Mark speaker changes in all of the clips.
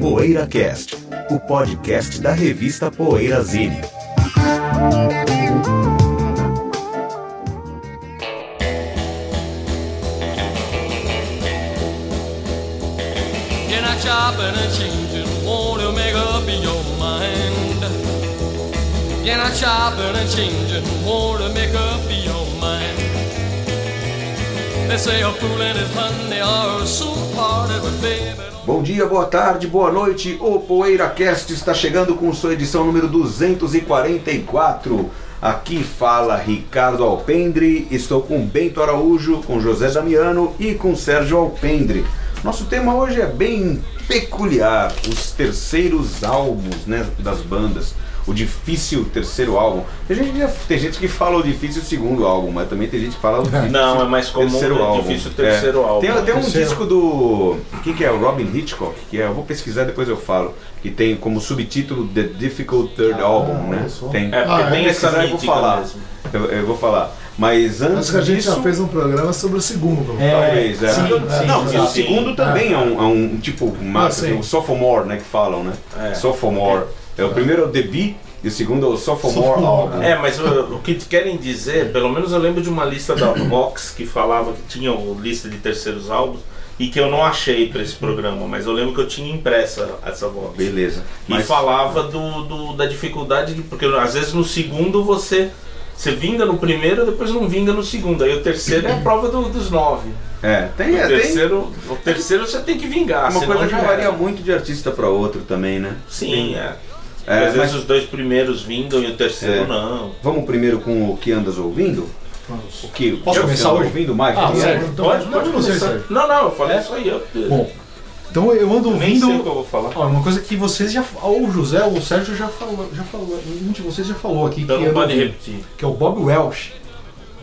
Speaker 1: PoeiraCast, o podcast da revista Poeirazine.
Speaker 2: You're not chopping and changing, won't you make up your mind? You're not chopping and changing, won't you make up your mind? They say a fool and his honey are so parted, but baby. don't
Speaker 3: Bom dia, boa tarde, boa noite. O PoeiraCast está chegando com sua edição número 244. Aqui fala Ricardo Alpendre, estou com Bento Araújo, com José Damiano e com Sérgio Alpendre. Nosso tema hoje é bem peculiar, os terceiros álbuns né, das bandas. O difícil terceiro álbum. Tem gente, tem gente que fala o difícil segundo álbum, mas também tem gente que fala o difícil
Speaker 4: Não, é mais comum, é difícil terceiro álbum.
Speaker 3: Tem até um
Speaker 4: Terceiro.
Speaker 3: disco do. Quem que é? O Robin Hitchcock, que é, eu vou pesquisar depois eu falo. Que tem como subtítulo The Difficult Third Album, né? Tem.
Speaker 4: É, porque
Speaker 5: Ah,
Speaker 4: tem
Speaker 5: é,
Speaker 4: essa
Speaker 3: eu vou
Speaker 4: crítica
Speaker 3: falar.
Speaker 4: mesmo.
Speaker 3: Eu, eu vou falar. Mas antes
Speaker 5: Acho que a gente
Speaker 3: disso.
Speaker 5: já fez um programa sobre o segundo.
Speaker 3: Talvez, é.
Speaker 5: sim, sim,
Speaker 3: não,
Speaker 5: sim,
Speaker 3: e o
Speaker 4: sim.
Speaker 3: segundo também é um, é um tipo uma,
Speaker 5: Ah, sim.
Speaker 3: o sophomore, né? Que falam, né?
Speaker 4: É.
Speaker 3: Sophomore. É o primeiro é o debut e o segundo é o sophomore, álbum.
Speaker 4: É, mas o, o que te querem dizer, pelo menos eu lembro de uma lista da Vox que falava que tinha o lista de terceiros álbuns e que eu não achei pra esse programa, mas eu lembro que eu tinha impressa essa Vox.
Speaker 3: Beleza.
Speaker 4: E falava do, do- da dificuldade, de- porque às vezes no segundo você, você vinga no primeiro, depois não vinga no segundo. Aí o terceiro é a prova do- dos nove.
Speaker 3: É, tem,
Speaker 4: o,
Speaker 3: é, tem,
Speaker 4: terceiro, o terceiro você tem que vingar.
Speaker 3: Uma
Speaker 4: senão
Speaker 3: coisa que
Speaker 4: já
Speaker 3: varia
Speaker 4: era.
Speaker 3: muito de artista para outro também, né?
Speaker 4: Sim, é.
Speaker 3: É,
Speaker 4: Às
Speaker 3: mas
Speaker 4: vezes os dois primeiros vingam e o terceiro
Speaker 3: É.
Speaker 4: não.
Speaker 3: vamos primeiro com o que andas ouvindo?
Speaker 5: Vamos.
Speaker 3: O que
Speaker 6: Posso
Speaker 3: o que
Speaker 6: começar
Speaker 3: andas
Speaker 6: hoje?
Speaker 3: ouvindo mais?
Speaker 6: Ah,
Speaker 3: Quem é?
Speaker 6: sério? Então pode- pode você,
Speaker 4: começar.
Speaker 6: Sérgio.
Speaker 4: Não, não, eu falei só eu.
Speaker 6: Bom, então eu ando
Speaker 4: eu nem sei o que
Speaker 6: ouvindo.
Speaker 4: eu vou falar.
Speaker 6: Ó, uma coisa que vocês já. Ou o José ou o Sérgio já falou. Já falou um de vocês já falou aqui.
Speaker 4: Então
Speaker 6: que
Speaker 4: não
Speaker 6: anda
Speaker 4: pode
Speaker 6: ouvindo,
Speaker 4: repetir.
Speaker 6: Que é o Bob Welsh.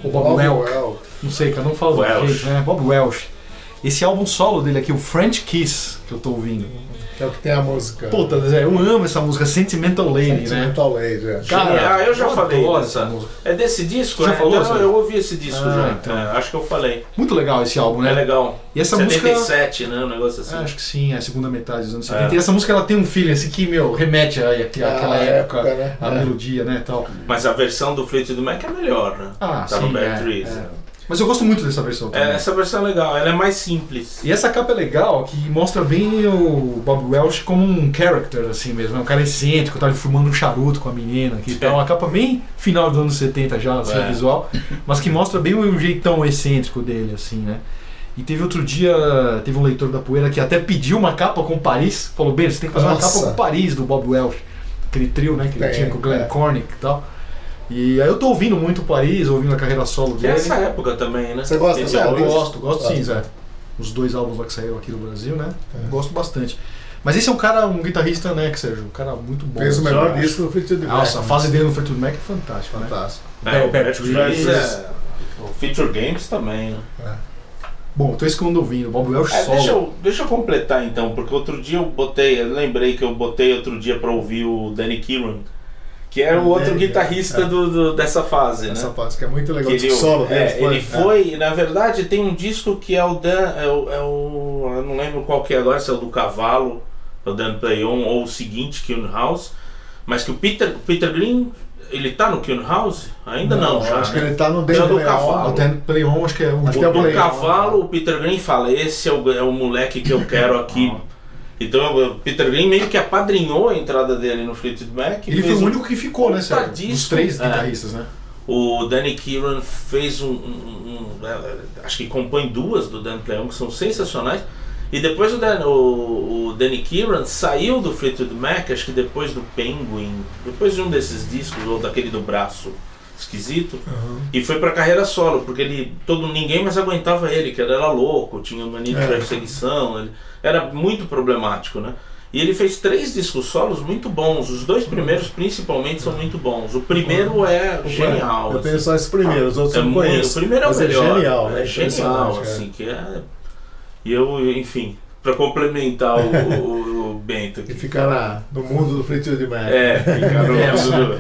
Speaker 6: O Bob, Welch. Não sei, cada um fala do
Speaker 4: Welch.
Speaker 6: jeito, né? Bob Welsh. Esse álbum solo dele aqui, o French Kiss, que eu tô ouvindo.
Speaker 5: Que é o que tem a música.
Speaker 6: Puta, Zé, eu amo essa música, Sentimental Lady, né?
Speaker 5: Sentimental Lady, é.
Speaker 4: Ah, eu já falei
Speaker 6: adoro
Speaker 4: dessa-
Speaker 6: essa música.
Speaker 4: É desse disco?
Speaker 6: Já
Speaker 4: é?
Speaker 6: falou,
Speaker 4: Não,
Speaker 6: Zé?
Speaker 4: eu ouvi esse disco
Speaker 6: Ah,
Speaker 4: já.
Speaker 6: então.
Speaker 4: É, acho que eu falei.
Speaker 6: Muito legal esse álbum,
Speaker 4: É
Speaker 6: né?
Speaker 4: legal.
Speaker 6: E essa música.
Speaker 4: 77, né? Um negócio assim.
Speaker 6: Ah, acho que sim, é a segunda metade dos anos
Speaker 4: É.
Speaker 6: 70. E essa música ela tem um feeling assim que, meu, remete à, à- àquela
Speaker 5: Ah,
Speaker 6: época,
Speaker 5: época, né?
Speaker 6: a
Speaker 5: É.
Speaker 6: melodia, né, tal.
Speaker 4: Mas a versão do Fleetwood Mac é melhor, né?
Speaker 6: Ah,
Speaker 4: da
Speaker 6: sim,
Speaker 4: Robert
Speaker 6: é,
Speaker 4: Trees.
Speaker 6: é. Mas eu gosto muito dessa versão
Speaker 4: né? É,
Speaker 6: também.
Speaker 4: essa versão é legal, ela é mais simples.
Speaker 6: E essa capa é legal, que mostra bem o Bob Welch como um character, assim mesmo. É um cara excêntrico, tá ali fumando um charuto com a menina aqui e tal. Uma capa bem final dos anos 70 já, assim,
Speaker 4: É.
Speaker 6: visual. Mas que mostra bem o jeitão excêntrico dele, assim, né? E teve outro dia, teve um leitor da Poeira que até pediu uma capa com Paris. Falou, Ben, você tem que fazer
Speaker 5: Nossa.
Speaker 6: uma capa com Paris do Bob Welch. Aquele trio, né, que ele
Speaker 5: Tem,
Speaker 6: tinha com o Glenn
Speaker 5: é.
Speaker 6: Cornick e tal. E aí eu tô ouvindo muito Paris, ouvindo a carreira solo
Speaker 4: Que é
Speaker 6: dele.
Speaker 4: essa época também, né?
Speaker 5: Você gosta dessa
Speaker 4: Tem
Speaker 6: é, Eu
Speaker 5: época?
Speaker 4: dois.
Speaker 6: gosto, gosto sim,
Speaker 5: Gosto.
Speaker 6: Zé. Os dois álbuns lá que saíram aqui no Brasil, né?
Speaker 5: É.
Speaker 6: Gosto bastante. Mas esse é um cara, um guitarrista, né, que Sérgio? Um cara muito bom.
Speaker 5: Fez o
Speaker 6: né?
Speaker 5: melhor disco do Fleetwood Mac.
Speaker 6: Nossa, a fase dele no Fleetwood Mac é fantástica, né?
Speaker 5: Fantástico.
Speaker 4: É, o Robert
Speaker 6: Trees.
Speaker 4: Trees. É. O Feature Games também, né?
Speaker 6: Bom, tô esse que eu ando ouvindo. Bob Welch
Speaker 4: É,
Speaker 6: solo.
Speaker 4: deixa, eu, deixa eu completar então, porque outro dia eu botei, eu lembrei que eu botei outro dia pra ouvir o Danny Kieran, que é o outro
Speaker 5: Danny, é.
Speaker 4: guitarrista do- do- dessa fase,
Speaker 5: Essa
Speaker 4: né?
Speaker 5: parte que é muito legal.
Speaker 4: Que ele,
Speaker 5: o solo
Speaker 4: é,
Speaker 5: dele
Speaker 4: ele foi, na verdade, tem um disco que é o Dan, é o, é o- eu não lembro qual que é agora, se é o do Cavalo, o Dan Play On, ou o seguinte, Kiln House, mas que o Peter, Peter Green, ele tá no Kiln House? Ainda não, já.
Speaker 5: Acho
Speaker 4: né?
Speaker 5: que ele tá no
Speaker 4: Então,
Speaker 5: Dentro
Speaker 4: do cavalo.
Speaker 6: O Dan Play On, acho que é o
Speaker 5: Acho
Speaker 6: último.
Speaker 5: que é
Speaker 4: O do
Speaker 5: Play On.
Speaker 4: cavalo, o Peter Green fala: esse é o, é o moleque que eu quero aqui. Então o Peter Green meio que apadrinhou a entrada dele no Fleetwood Mac.
Speaker 6: Ele foi
Speaker 4: fez
Speaker 6: o
Speaker 4: um-
Speaker 6: único que ficou, né,
Speaker 4: puta
Speaker 6: Sérgio? Os
Speaker 4: disco,
Speaker 6: três
Speaker 4: é.
Speaker 6: guitarristas, né?
Speaker 4: O Danny Kieran fez um, um- um- é, Acho que compõe duas do Dan Cleon, que são sensacionais. E depois o, Dan, o, o Danny Kieran saiu do Fleetwood Mac, acho que depois do Penguin, depois de um desses discos, ou daquele do braço esquisito. E foi pra carreira solo, porque ele todo ninguém mais aguentava ele, que ele era louco, tinha um mania de
Speaker 5: É.
Speaker 4: perseguição, ele- era muito problemático, né? E ele fez três discos solos muito bons, os dois primeiros principalmente são muito bons. O primeiro é genial.
Speaker 5: Eu tenho
Speaker 4: assim.
Speaker 5: só esses primeiros, os outros
Speaker 4: É
Speaker 5: eu não
Speaker 4: muito-
Speaker 5: conheço.
Speaker 4: o primeiro é o
Speaker 5: Mas
Speaker 4: melhor.
Speaker 5: genial, né?
Speaker 4: é genial,
Speaker 5: Impressionante,
Speaker 4: assim, que é. E eu, enfim, pra complementar o, o- o Bento
Speaker 5: E
Speaker 4: aqui.
Speaker 5: ficar na, no mundo do fritura de merda.
Speaker 4: É, fica no-
Speaker 6: É,
Speaker 4: no- no-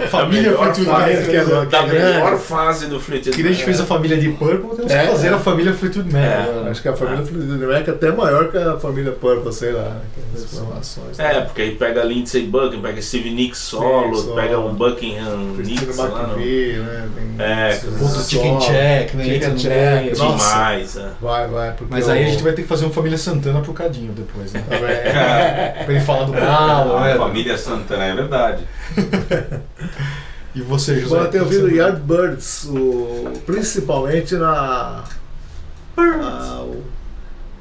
Speaker 4: da
Speaker 5: família
Speaker 4: melhor
Speaker 5: Fritura
Speaker 4: fase-
Speaker 5: Mac, que é do- que
Speaker 4: Da
Speaker 5: é
Speaker 4: melhor
Speaker 5: grande.
Speaker 4: fase do Fritura
Speaker 6: Que nem a gente fez a família de Purple, temos
Speaker 5: É.
Speaker 6: que fazer a família Fleetwood Mac.
Speaker 4: É,
Speaker 6: agora.
Speaker 5: Né? Acho que a família fritura de merda é até maior que a família Purple, sei lá. né? As formações.
Speaker 4: É, porque aí pega Lindsey Buckingham, pega Steve Nicks solo,
Speaker 5: Nicks solo.
Speaker 4: pega o Buckingham
Speaker 5: Cristina
Speaker 4: Nicks lá. não.
Speaker 5: McVie, né? Tem
Speaker 4: É,
Speaker 5: esses
Speaker 4: cara.
Speaker 6: Ponto
Speaker 5: só-
Speaker 6: Chicken Check, né?
Speaker 5: Chicken
Speaker 6: entra no
Speaker 5: Check,
Speaker 6: meio.
Speaker 5: Nossa.
Speaker 4: Demais, é.
Speaker 5: Vai, vai. Porque
Speaker 6: Mas aí a gente
Speaker 5: o-
Speaker 6: vai ter que fazer um Família Santana pro Cadinho depois, né?
Speaker 5: Também. É.
Speaker 6: Pra ele falar do Brau,
Speaker 3: A
Speaker 6: né?
Speaker 3: família Santana, é verdade.
Speaker 6: E você, José?
Speaker 5: Agora tem ouvido
Speaker 6: Você-
Speaker 5: Yardbirds, o, principalmente na. na- o,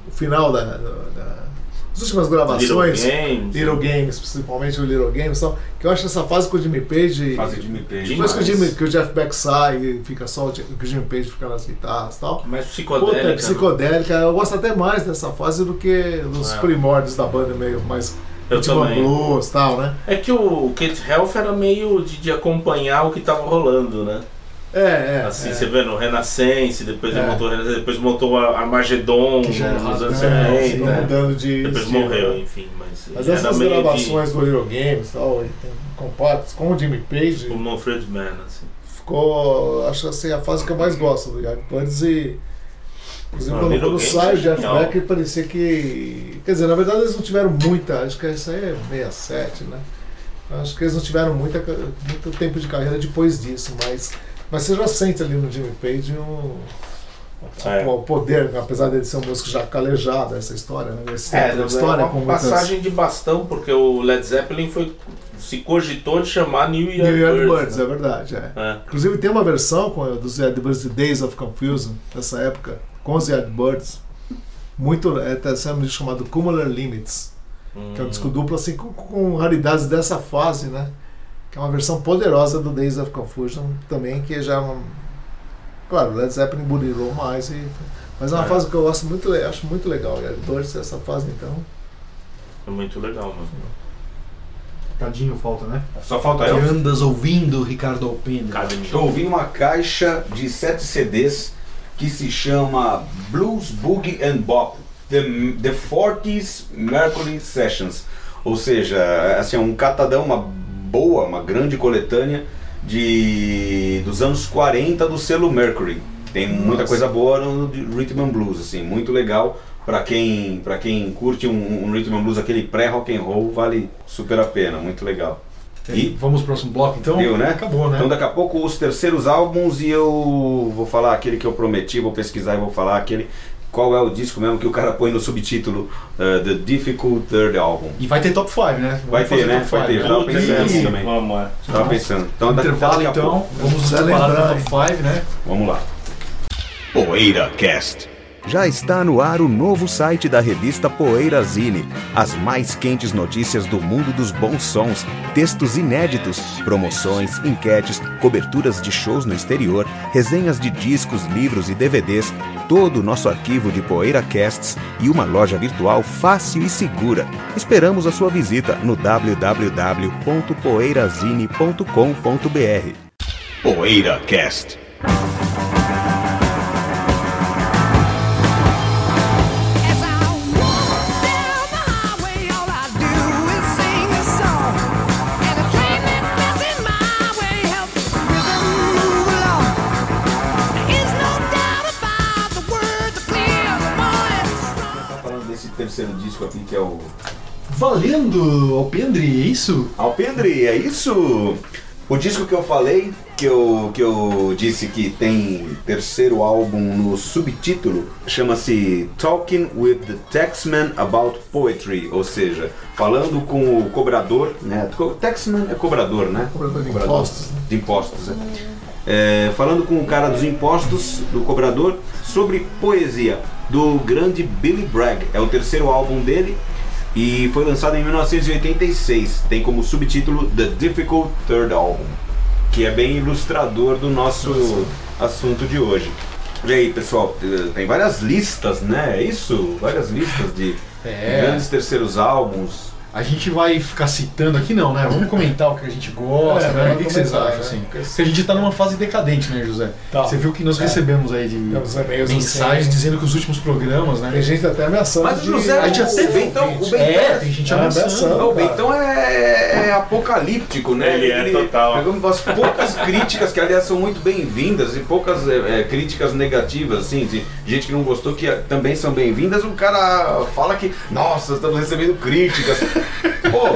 Speaker 5: o final da, da, da- As últimas gravações.
Speaker 4: Little Games. é.
Speaker 5: Little Games, principalmente o Little Games, e tal, que eu acho essa fase com o Jimmy Page.
Speaker 3: Fase de MP.
Speaker 5: depois que o,
Speaker 4: demais.
Speaker 5: Jimmy- que o Jeff Beck sai e fica só o, Je- que o Jimmy Page fica nas guitarras e tal.
Speaker 4: Mais
Speaker 5: Puta,
Speaker 4: psicodélica. né?
Speaker 5: é psicodélica. Eu gosto até mais dessa fase do que dos
Speaker 4: É.
Speaker 5: primórdios da banda, meio mais
Speaker 4: Eu
Speaker 5: tipo
Speaker 4: também.
Speaker 5: blues e tal, né?
Speaker 4: É que o Kate Health era meio de, de acompanhar o que tava rolando, né?
Speaker 5: É, é.
Speaker 4: Assim,
Speaker 5: é.
Speaker 4: você vê no Renascense, depois
Speaker 5: É.
Speaker 4: ele montou o Renascense, depois montou a Armagedon
Speaker 6: Que já era
Speaker 4: nos
Speaker 6: rasgado,
Speaker 4: anos
Speaker 5: É, assim,
Speaker 4: 70.
Speaker 5: mudando de.
Speaker 4: né?
Speaker 5: né?
Speaker 4: Depois
Speaker 5: de-
Speaker 4: morreu, enfim. Mas,
Speaker 5: Mas
Speaker 4: era
Speaker 5: essas
Speaker 4: meio de-
Speaker 5: gravações do Little Games e tal, e tem compactos com o Jimmy Page,
Speaker 4: O tipo Manfred Mann, assim.
Speaker 5: ficou, acho assim, a fase que eu mais gosto do Yardbirds e. Inclusive,
Speaker 4: Não,
Speaker 5: quando,
Speaker 4: Little
Speaker 5: quando
Speaker 4: Games
Speaker 5: sai
Speaker 4: é
Speaker 5: o Jeff
Speaker 4: genial.
Speaker 5: Beck, parecia que. Quer dizer, na verdade eles não tiveram muita, acho que essa aí é 67, né? Acho que eles não tiveram muita, ca- muito tempo de carreira depois disso, mas, mas você já sente ali no Jimmy Page um.
Speaker 4: É.
Speaker 5: O poder, apesar dele ser um músico já calejado, essa história, né? Esse
Speaker 4: É,
Speaker 5: tempo da história,
Speaker 4: uma
Speaker 5: com muitas-
Speaker 4: passagem de bastão, porque o Led Zeppelin foi, se cogitou de chamar New Year
Speaker 5: New York
Speaker 4: Birds.
Speaker 5: Birds,
Speaker 4: né?
Speaker 5: é verdade, é.
Speaker 4: É.
Speaker 5: Inclusive tem uma versão com, dos Yardbirds de Days of Confusion, dessa época, com os Yardbirds. Muito, é, tá sendo um disco chamado Cumular Limits, que é um disco duplo assim, com, com raridades dessa fase, né? Que é uma versão poderosa do Days of Confusion também, que já é uma... Claro, Led Zeppelin burilou mais, e, mas é uma
Speaker 4: É.
Speaker 5: fase que eu gosto muito, le- acho muito legal. Yardbirds, essa fase então...
Speaker 4: É muito legal, mano.
Speaker 6: Cadinho falta, né?
Speaker 3: Só falta
Speaker 6: Que
Speaker 3: eu.
Speaker 6: andas ouvindo, Ricardo Alpine.
Speaker 4: Cada um.
Speaker 3: Eu ouvi uma caixa de sete CDs que se chama Blues, Boogie and Bop The, the 40s Mercury Sessions. Ou seja, assim, é um catadão, uma boa, uma grande coletânea de dos anos 40 do selo Mercury. Tem muita
Speaker 5: Nossa.
Speaker 3: coisa boa no de Rhythm and Blues, assim, muito legal. Pra quem, pra quem curte um, um Rhythm and Blues, aquele pré-rock and roll, vale super a pena, muito legal. E-
Speaker 6: Vamos pro próximo bloco, então?
Speaker 3: Deu, né?
Speaker 6: Acabou, né?
Speaker 3: Então daqui a pouco os terceiros álbuns e eu vou falar aquele que eu prometi, vou pesquisar e vou falar aquele qual é o disco mesmo que o cara põe no subtítulo eh, The Difficult Third Album.
Speaker 6: E vai ter top 5, né?
Speaker 3: Vai
Speaker 6: Vamos
Speaker 3: ter,
Speaker 6: fazer
Speaker 3: né? Vai ter,
Speaker 6: top five, né?
Speaker 3: eu tava pensando
Speaker 6: E-
Speaker 3: também.
Speaker 4: Vamos lá.
Speaker 3: Tava pensando. Então, daqui-
Speaker 6: Intervalo
Speaker 3: daqui a
Speaker 6: então,
Speaker 3: pouco-
Speaker 6: vamos nos
Speaker 5: Precisa
Speaker 6: separar
Speaker 5: lembrar,
Speaker 6: do top 5, né?
Speaker 3: Vamos lá.
Speaker 1: Poeira Cast. Já está no ar o novo site da revista Poeira Zine. As mais quentes notícias do mundo dos bons sons, textos inéditos, promoções, enquetes, coberturas de shows no exterior, resenhas de discos, livros e DVDs, todo o nosso arquivo de Poeira Casts e uma loja virtual fácil e segura. Esperamos a sua visita no www.poeirazine.com.br. Poeira Cast.
Speaker 7: As I walk down the highway, all I do is sing a song. And the train that's passing my way helps the rhythm move along. There is no doubt about the words are clear, the voice is strong.
Speaker 3: Tá falando desse terceiro disco aqui que é o
Speaker 6: Valendo, Alpendre, é isso?
Speaker 3: Alpendre, é isso? O disco que eu falei, que eu, que eu disse que tem terceiro álbum no subtítulo, chama-se Talking with the Taxman About Poetry, ou seja, falando com o cobrador, né? Co- Taxman é cobrador, né?
Speaker 5: Cobrador de impostos, né?
Speaker 3: De impostos, é. É, falando com o cara dos impostos, do cobrador, sobre poesia, do grande Billy Bragg. É o terceiro álbum dele e foi lançado em 1986. Tem como subtítulo The Difficult Third Album, que é bem ilustrador do nosso assunto de hoje. E aí, pessoal, eh, tem várias listas, né? É isso? Várias listas de
Speaker 6: É.
Speaker 3: grandes terceiros álbuns.
Speaker 6: A gente vai ficar citando aqui, não, né? Vamos comentar o que a gente gosta,
Speaker 5: É,
Speaker 6: né? O que,
Speaker 5: vamos
Speaker 6: que vocês
Speaker 5: comentar,
Speaker 6: acham,
Speaker 5: né?
Speaker 6: assim? Porque a gente tá numa fase decadente, né, José?
Speaker 5: Tá.
Speaker 6: Você viu que nós recebemos aí de
Speaker 5: Temos e-mails
Speaker 6: mensagens
Speaker 5: assim.
Speaker 6: dizendo que os últimos programas, né?
Speaker 5: Tem gente até ameaçando.
Speaker 3: Mas o
Speaker 5: de-
Speaker 3: José,
Speaker 5: a gente
Speaker 3: o-
Speaker 5: aceita
Speaker 3: então, o Bentão-
Speaker 5: ouvinte.
Speaker 3: o Bentão-
Speaker 6: É, tem gente
Speaker 5: Ah,
Speaker 6: ameaçando.
Speaker 5: ameaçando.
Speaker 3: Não, o
Speaker 5: cara.
Speaker 3: Bentão é, é apocalíptico, né?
Speaker 4: Ele é total.
Speaker 3: Pegamos as poucas críticas, que aliás são muito bem-vindas, e poucas é, é, críticas negativas, assim, de gente que não gostou, que é, também são bem-vindas. O cara fala que, nossa, estamos recebendo críticas. Pô,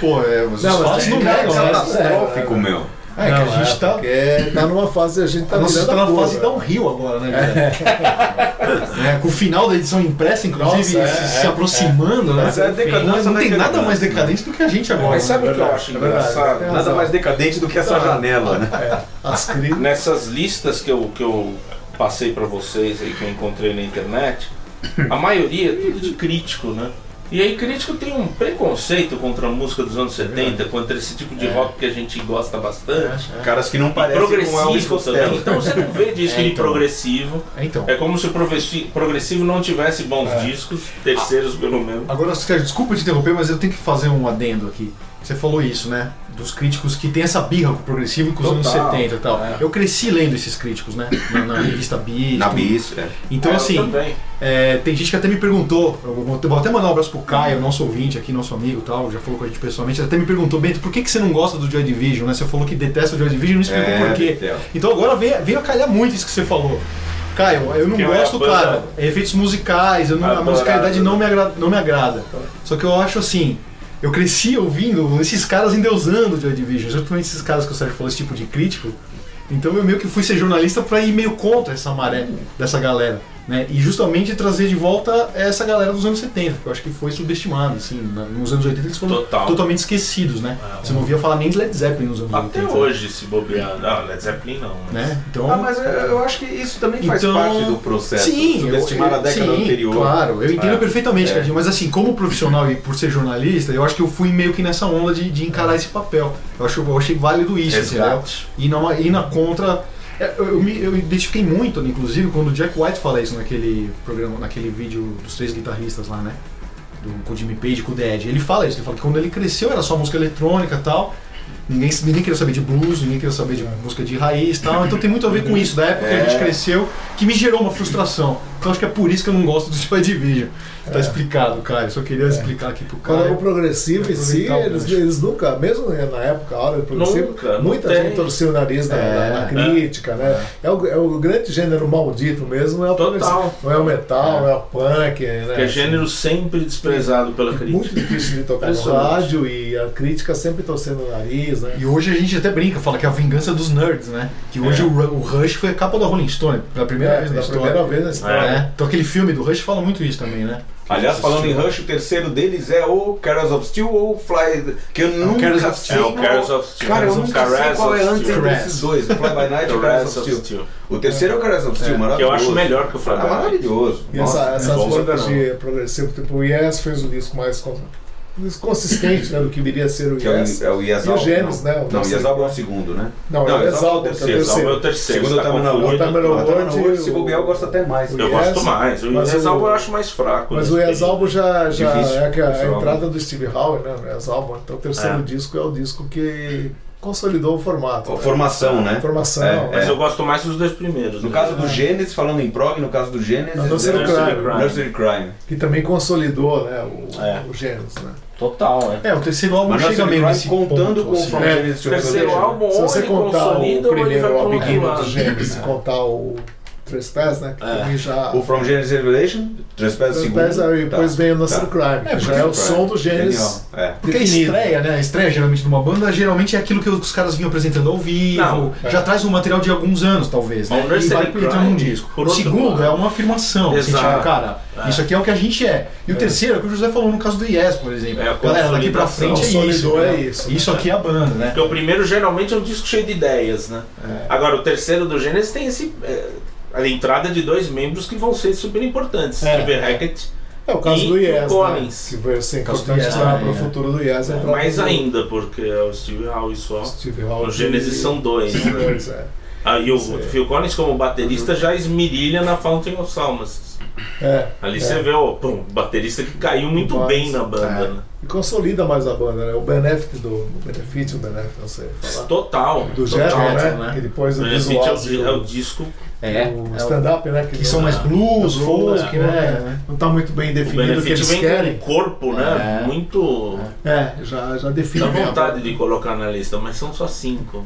Speaker 6: Pô, é, os
Speaker 5: Não, mas
Speaker 6: fatos
Speaker 5: tem
Speaker 6: não
Speaker 5: cara
Speaker 3: é
Speaker 5: que
Speaker 6: negam, né?
Speaker 5: tá-
Speaker 3: catastrófico, meu.
Speaker 6: É, que a gente tá.
Speaker 5: Porque tá numa fase, a gente tá
Speaker 6: Nossa,
Speaker 5: virando
Speaker 6: tá
Speaker 5: a
Speaker 6: na
Speaker 5: curva.
Speaker 6: fase downhill agora, né, José? É, com o final da edição impressa, inclusive,
Speaker 5: Nossa, é,
Speaker 6: se, se aproximando, né?
Speaker 3: Mas é decadência
Speaker 6: não, não tem
Speaker 3: daquele-
Speaker 6: nada mais decadente do que a gente agora.
Speaker 4: Mas sabe
Speaker 6: né?
Speaker 4: o que eu acho
Speaker 5: é verdade,
Speaker 4: engraçado?
Speaker 5: tem
Speaker 3: Nada
Speaker 5: razão.
Speaker 3: mais decadente do que essa janela, né?
Speaker 5: As críticas.
Speaker 4: Nessas listas que eu, que eu passei pra vocês aí, que eu encontrei na internet, a maioria é tudo de crítico, né? E aí crítico tem um preconceito contra a música dos anos 70, contra esse tipo de rock que a gente gosta bastante.
Speaker 3: Caras que não
Speaker 4: E
Speaker 3: parecem É, com Elvis
Speaker 4: progressivo também.
Speaker 3: Costello.
Speaker 4: Então você não vê disco
Speaker 6: É,
Speaker 4: de
Speaker 6: então.
Speaker 4: progressivo.
Speaker 6: É, então.
Speaker 4: É como se o progressi- progressivo não tivesse bons discos, terceiros pelo menos.
Speaker 6: Agora, Sérgio, desculpa te interromper, mas eu tenho que fazer um adendo aqui. Você falou isso, né? Dos críticos que tem essa birra com o progressivo e com os anos
Speaker 3: Total, é.
Speaker 6: 70 e tal. Eu cresci lendo esses críticos, né? Na, na revista Beat.
Speaker 3: Na bis, é.
Speaker 6: Então,
Speaker 4: Eu
Speaker 6: assim,
Speaker 4: também.
Speaker 6: é, tem gente que até me perguntou. Eu vou, vou até mandar um abraço pro Caio, nosso ouvinte aqui, nosso amigo e tal. Já falou com a gente pessoalmente. Até me perguntou, Bento, por que, que você não gosta do Joy Division, né? Você falou que detesta o Joy Division, não explicou
Speaker 3: É,
Speaker 6: por quê.
Speaker 3: Betel.
Speaker 6: Então agora veio, veio a calhar muito isso que você falou. Caio, eu não
Speaker 4: Que é a
Speaker 6: gosto,
Speaker 4: banda-
Speaker 6: cara. É efeitos musicais, eu não- a
Speaker 4: Adorado.
Speaker 6: musicalidade não me, agra- não me agrada. Só que eu acho assim. Eu cresci ouvindo esses caras endeusando o Joy Division, exatamente esses caras que o Sérgio falou, esse tipo de crítico. Então eu meio que fui ser jornalista pra ir meio contra essa maré dessa galera, né? E justamente trazer de volta essa galera dos anos 70, que eu acho que foi subestimada, assim, na- nos anos 80 eles foram
Speaker 4: Total. Ah,
Speaker 6: totalmente esquecidos, né? Você não via falar nem de Led Zeppelin nos anos
Speaker 4: Até
Speaker 6: 80.
Speaker 4: hoje se bobear. Não, Led Zeppelin não. mas-
Speaker 6: Né? Então,
Speaker 3: Ah, mas eu- eu acho que isso também faz
Speaker 6: Então,
Speaker 3: parte do processo.
Speaker 6: Sim,
Speaker 3: subestimar
Speaker 6: eu-
Speaker 3: a década
Speaker 6: sim,
Speaker 3: anterior.
Speaker 6: Claro, eu entendo
Speaker 3: É.
Speaker 6: perfeitamente,
Speaker 3: É.
Speaker 6: Cadinho, mas assim, como profissional e por ser jornalista, eu acho que eu fui meio que nessa onda de, de
Speaker 3: É.
Speaker 6: encarar esse papel. Eu, acho, eu achei válido isso, entendeu?
Speaker 4: Exato.
Speaker 6: E na, e na contra. é, Eu, eu me eu identifiquei muito, né, inclusive, quando o Jack White fala isso naquele programa, naquele vídeo dos três guitarristas lá, né? Do, com o Jimmy Page, com o Dead. Ele fala isso, ele fala que quando ele cresceu era só música eletrônica e tal. Ninguém, ninguém queria saber de blues, ninguém queria saber de música de raiz e tal. Então tem muito a ver com isso, da época
Speaker 3: É.
Speaker 6: que a gente cresceu, que me gerou uma frustração. Então acho que é por isso que eu não gosto do Joy Division. Tá explicado, cara. Eu só queria explicar aqui pro
Speaker 5: É. Quando é o
Speaker 6: cara. né?
Speaker 5: progressivo em si,
Speaker 6: Aproveitar o
Speaker 5: eles,
Speaker 6: gancho.
Speaker 5: eles nunca, mesmo na época, a hora do progressivo,
Speaker 4: Nunca, não
Speaker 5: muita
Speaker 4: tem.
Speaker 5: gente torcia o nariz na,
Speaker 6: É,
Speaker 5: na- na crítica, né? É. o, é o grande gênero maldito mesmo, é o
Speaker 4: Total.
Speaker 5: progressivo. Não é o metal, é, o punk, né?
Speaker 4: Que é gênero sempre desprezado pela
Speaker 5: Assim,
Speaker 4: crítica.
Speaker 5: muito difícil de tocar no
Speaker 4: Impressionante.
Speaker 5: rádio e a crítica sempre torcendo o nariz, né?
Speaker 6: E hoje a gente até brinca, fala que é a vingança dos nerds, né? Que hoje
Speaker 4: É.
Speaker 6: o, Ru- o Rush foi a capa da Rolling Stone, pela primeira
Speaker 5: É,
Speaker 6: vez na
Speaker 5: da
Speaker 6: história.
Speaker 5: primeira vez na história.
Speaker 6: É. Então aquele filme do Rush fala muito isso também, né?
Speaker 3: Aliás, falando em Rush, o terceiro deles é o Caras of Steel ou Fly. Que eu nunca
Speaker 6: Carrots of
Speaker 3: sei.
Speaker 4: É o
Speaker 3: qual-
Speaker 4: Carrots of Steel.
Speaker 3: Cara, eu nunca sei
Speaker 4: Carrots
Speaker 3: qual é
Speaker 4: of
Speaker 3: antes
Speaker 4: Steel.
Speaker 3: desses dois. o Fly by Night e o Caras
Speaker 4: Carrots
Speaker 3: of
Speaker 4: of
Speaker 3: Steel.
Speaker 4: Steel.
Speaker 3: O terceiro é o Caras of Steel,
Speaker 4: Que
Speaker 3: maravilhoso.
Speaker 4: eu acho melhor que
Speaker 3: É
Speaker 4: o
Speaker 5: Ah,
Speaker 4: Fly By Night.
Speaker 3: maravilhoso.
Speaker 5: E
Speaker 3: Nossa,
Speaker 5: essa, essas
Speaker 3: não vou
Speaker 5: bandas
Speaker 3: saber, não.
Speaker 5: de progressivo, tipo o Yes fez o disco mais con- consistente né, do que viria a ser o
Speaker 3: Que é o,
Speaker 5: Yes.
Speaker 3: é o Yes
Speaker 5: E o
Speaker 3: Album,
Speaker 5: Gênesis, né? O
Speaker 3: Não, o
Speaker 5: terceiro.
Speaker 3: Yes Album é o segundo, né?
Speaker 5: Não, é o Yes Album, que é o
Speaker 4: Esse é o meu terceiro.
Speaker 3: Segundo
Speaker 4: tá
Speaker 3: Tamara
Speaker 4: confundido.
Speaker 3: Lord.
Speaker 5: Tamara
Speaker 3: Ah, tá,
Speaker 5: Lord,
Speaker 3: não, Se
Speaker 5: o-
Speaker 3: bobear, eu gosto até mais.
Speaker 5: o
Speaker 4: Eu
Speaker 5: Yes,
Speaker 4: gosto mais. O
Speaker 5: mas
Speaker 4: Yes
Speaker 5: o-
Speaker 4: Album eu acho mais fraco.
Speaker 5: Mas
Speaker 4: né?
Speaker 5: o Yes Album já, já
Speaker 3: Difícil.
Speaker 5: é que a,
Speaker 3: Esse
Speaker 5: a
Speaker 3: álbum.
Speaker 5: entrada do Steve Howe, né? O Yes Album. Então o terceiro
Speaker 4: É.
Speaker 5: disco é o disco que consolidou o formato.
Speaker 3: A
Speaker 5: né?
Speaker 3: Formação, né?
Speaker 5: Formação.
Speaker 3: É,
Speaker 5: né?
Speaker 4: Mas eu gosto mais dos dois primeiros.
Speaker 3: No
Speaker 4: né?
Speaker 3: caso do Gênesis, falando em prog, no caso do Gênesis,
Speaker 5: Não, Nursery
Speaker 3: é-
Speaker 4: Nursery
Speaker 5: Crime,
Speaker 4: Crime.
Speaker 3: Nursery Crime.
Speaker 5: Que também consolidou né, o,
Speaker 4: É.
Speaker 5: o Gênesis, né?
Speaker 4: Total, é.
Speaker 6: É, o terceiro álbum
Speaker 3: Mas
Speaker 6: chega
Speaker 3: Nursery
Speaker 6: mesmo
Speaker 3: Crime
Speaker 6: nesse
Speaker 3: contando
Speaker 6: ponto,
Speaker 3: com o
Speaker 6: assim.
Speaker 3: From
Speaker 5: É,
Speaker 3: Genesis to
Speaker 4: o terceiro
Speaker 3: Revelation.
Speaker 4: álbum
Speaker 5: Se
Speaker 4: ou
Speaker 5: você
Speaker 4: ele
Speaker 5: contar o
Speaker 4: consolida ou ele vai
Speaker 5: primeiro,
Speaker 4: pro
Speaker 5: a beginning
Speaker 4: outro
Speaker 5: do
Speaker 4: lado.
Speaker 5: Gênesis, se contar o Trespass, né? Que
Speaker 4: É.
Speaker 5: também já...
Speaker 3: O From Genesis to Revelation, Trespass segundo. tá.
Speaker 5: Trespass, aí depois vem o Nursery Crime, que já é o som do Gênesis.
Speaker 3: Genial, é.
Speaker 6: Porque a
Speaker 5: definido.
Speaker 6: estreia, né? A estreia geralmente de uma banda geralmente é aquilo que os caras vinham apresentando ao vivo,
Speaker 4: Não, é.
Speaker 6: já traz um material de alguns anos, talvez, né?
Speaker 4: Mas o
Speaker 6: E
Speaker 4: Nursery
Speaker 6: vai entrando
Speaker 4: Crime,
Speaker 6: num disco.
Speaker 4: por
Speaker 6: O
Speaker 4: outro
Speaker 6: segundo
Speaker 4: lado.
Speaker 6: é uma afirmação, assim,
Speaker 4: Exato.
Speaker 6: tipo, cara, isso aqui é o que a gente é. E o terceiro é o que o José falou no caso do Yes, por exemplo.
Speaker 4: É, a
Speaker 6: Galera, daqui pra
Speaker 4: consolidação.
Speaker 6: frente é isso.
Speaker 5: Consolidou é
Speaker 6: né?
Speaker 5: isso.
Speaker 6: Isso aqui é a banda, né?
Speaker 4: Porque o primeiro geralmente é um disco cheio de ideias, né?
Speaker 5: É.
Speaker 4: Agora, o terceiro do Gênesis tem esse. é, a entrada de dois membros que vão ser super importantes:
Speaker 5: É.
Speaker 4: Steve Hackett.
Speaker 5: É o caso
Speaker 4: E
Speaker 5: do
Speaker 4: o
Speaker 5: Yes, né?
Speaker 4: Collins.
Speaker 5: Que vai ser
Speaker 6: Caso do
Speaker 5: importante
Speaker 6: Yes,
Speaker 5: para
Speaker 6: né?
Speaker 5: o futuro do Yes. entrar
Speaker 4: Mais
Speaker 5: no-
Speaker 4: ainda, porque é o Steve Howe só.
Speaker 5: É. Steve Howe
Speaker 4: No Gênesis
Speaker 5: e-
Speaker 4: são dois, né?
Speaker 5: Pois é.
Speaker 4: Ah, e o Phil Collins como baterista já esmirilha na Fountain of Psalms.
Speaker 5: É, É.
Speaker 4: Ali você vê o pum, baterista que caiu muito
Speaker 5: Demais.
Speaker 4: bem na banda. né?
Speaker 5: e consolida mais a banda, né? O benefit do. O benefício, o benefit, não sei falar.
Speaker 4: Total.
Speaker 5: Do
Speaker 4: total.
Speaker 5: Jetro, né?
Speaker 6: né?
Speaker 5: Que depois o
Speaker 4: É, Fit é
Speaker 5: visual.
Speaker 4: o, é o disco.
Speaker 6: É,
Speaker 5: o
Speaker 6: é
Speaker 5: stand-up, né?
Speaker 6: que são
Speaker 5: não-
Speaker 6: mais
Speaker 5: Blues,
Speaker 6: blues, folk,
Speaker 5: né?
Speaker 6: né?
Speaker 5: Não tá muito bem
Speaker 4: O
Speaker 5: definido o que
Speaker 4: Benefit
Speaker 5: eles
Speaker 4: vem
Speaker 5: querem.
Speaker 4: com um corpo, né?
Speaker 6: É.
Speaker 4: Muito.
Speaker 5: É, já, já define.
Speaker 4: Dá
Speaker 5: bem a
Speaker 4: vontade de colocar na lista, mas são só cinco.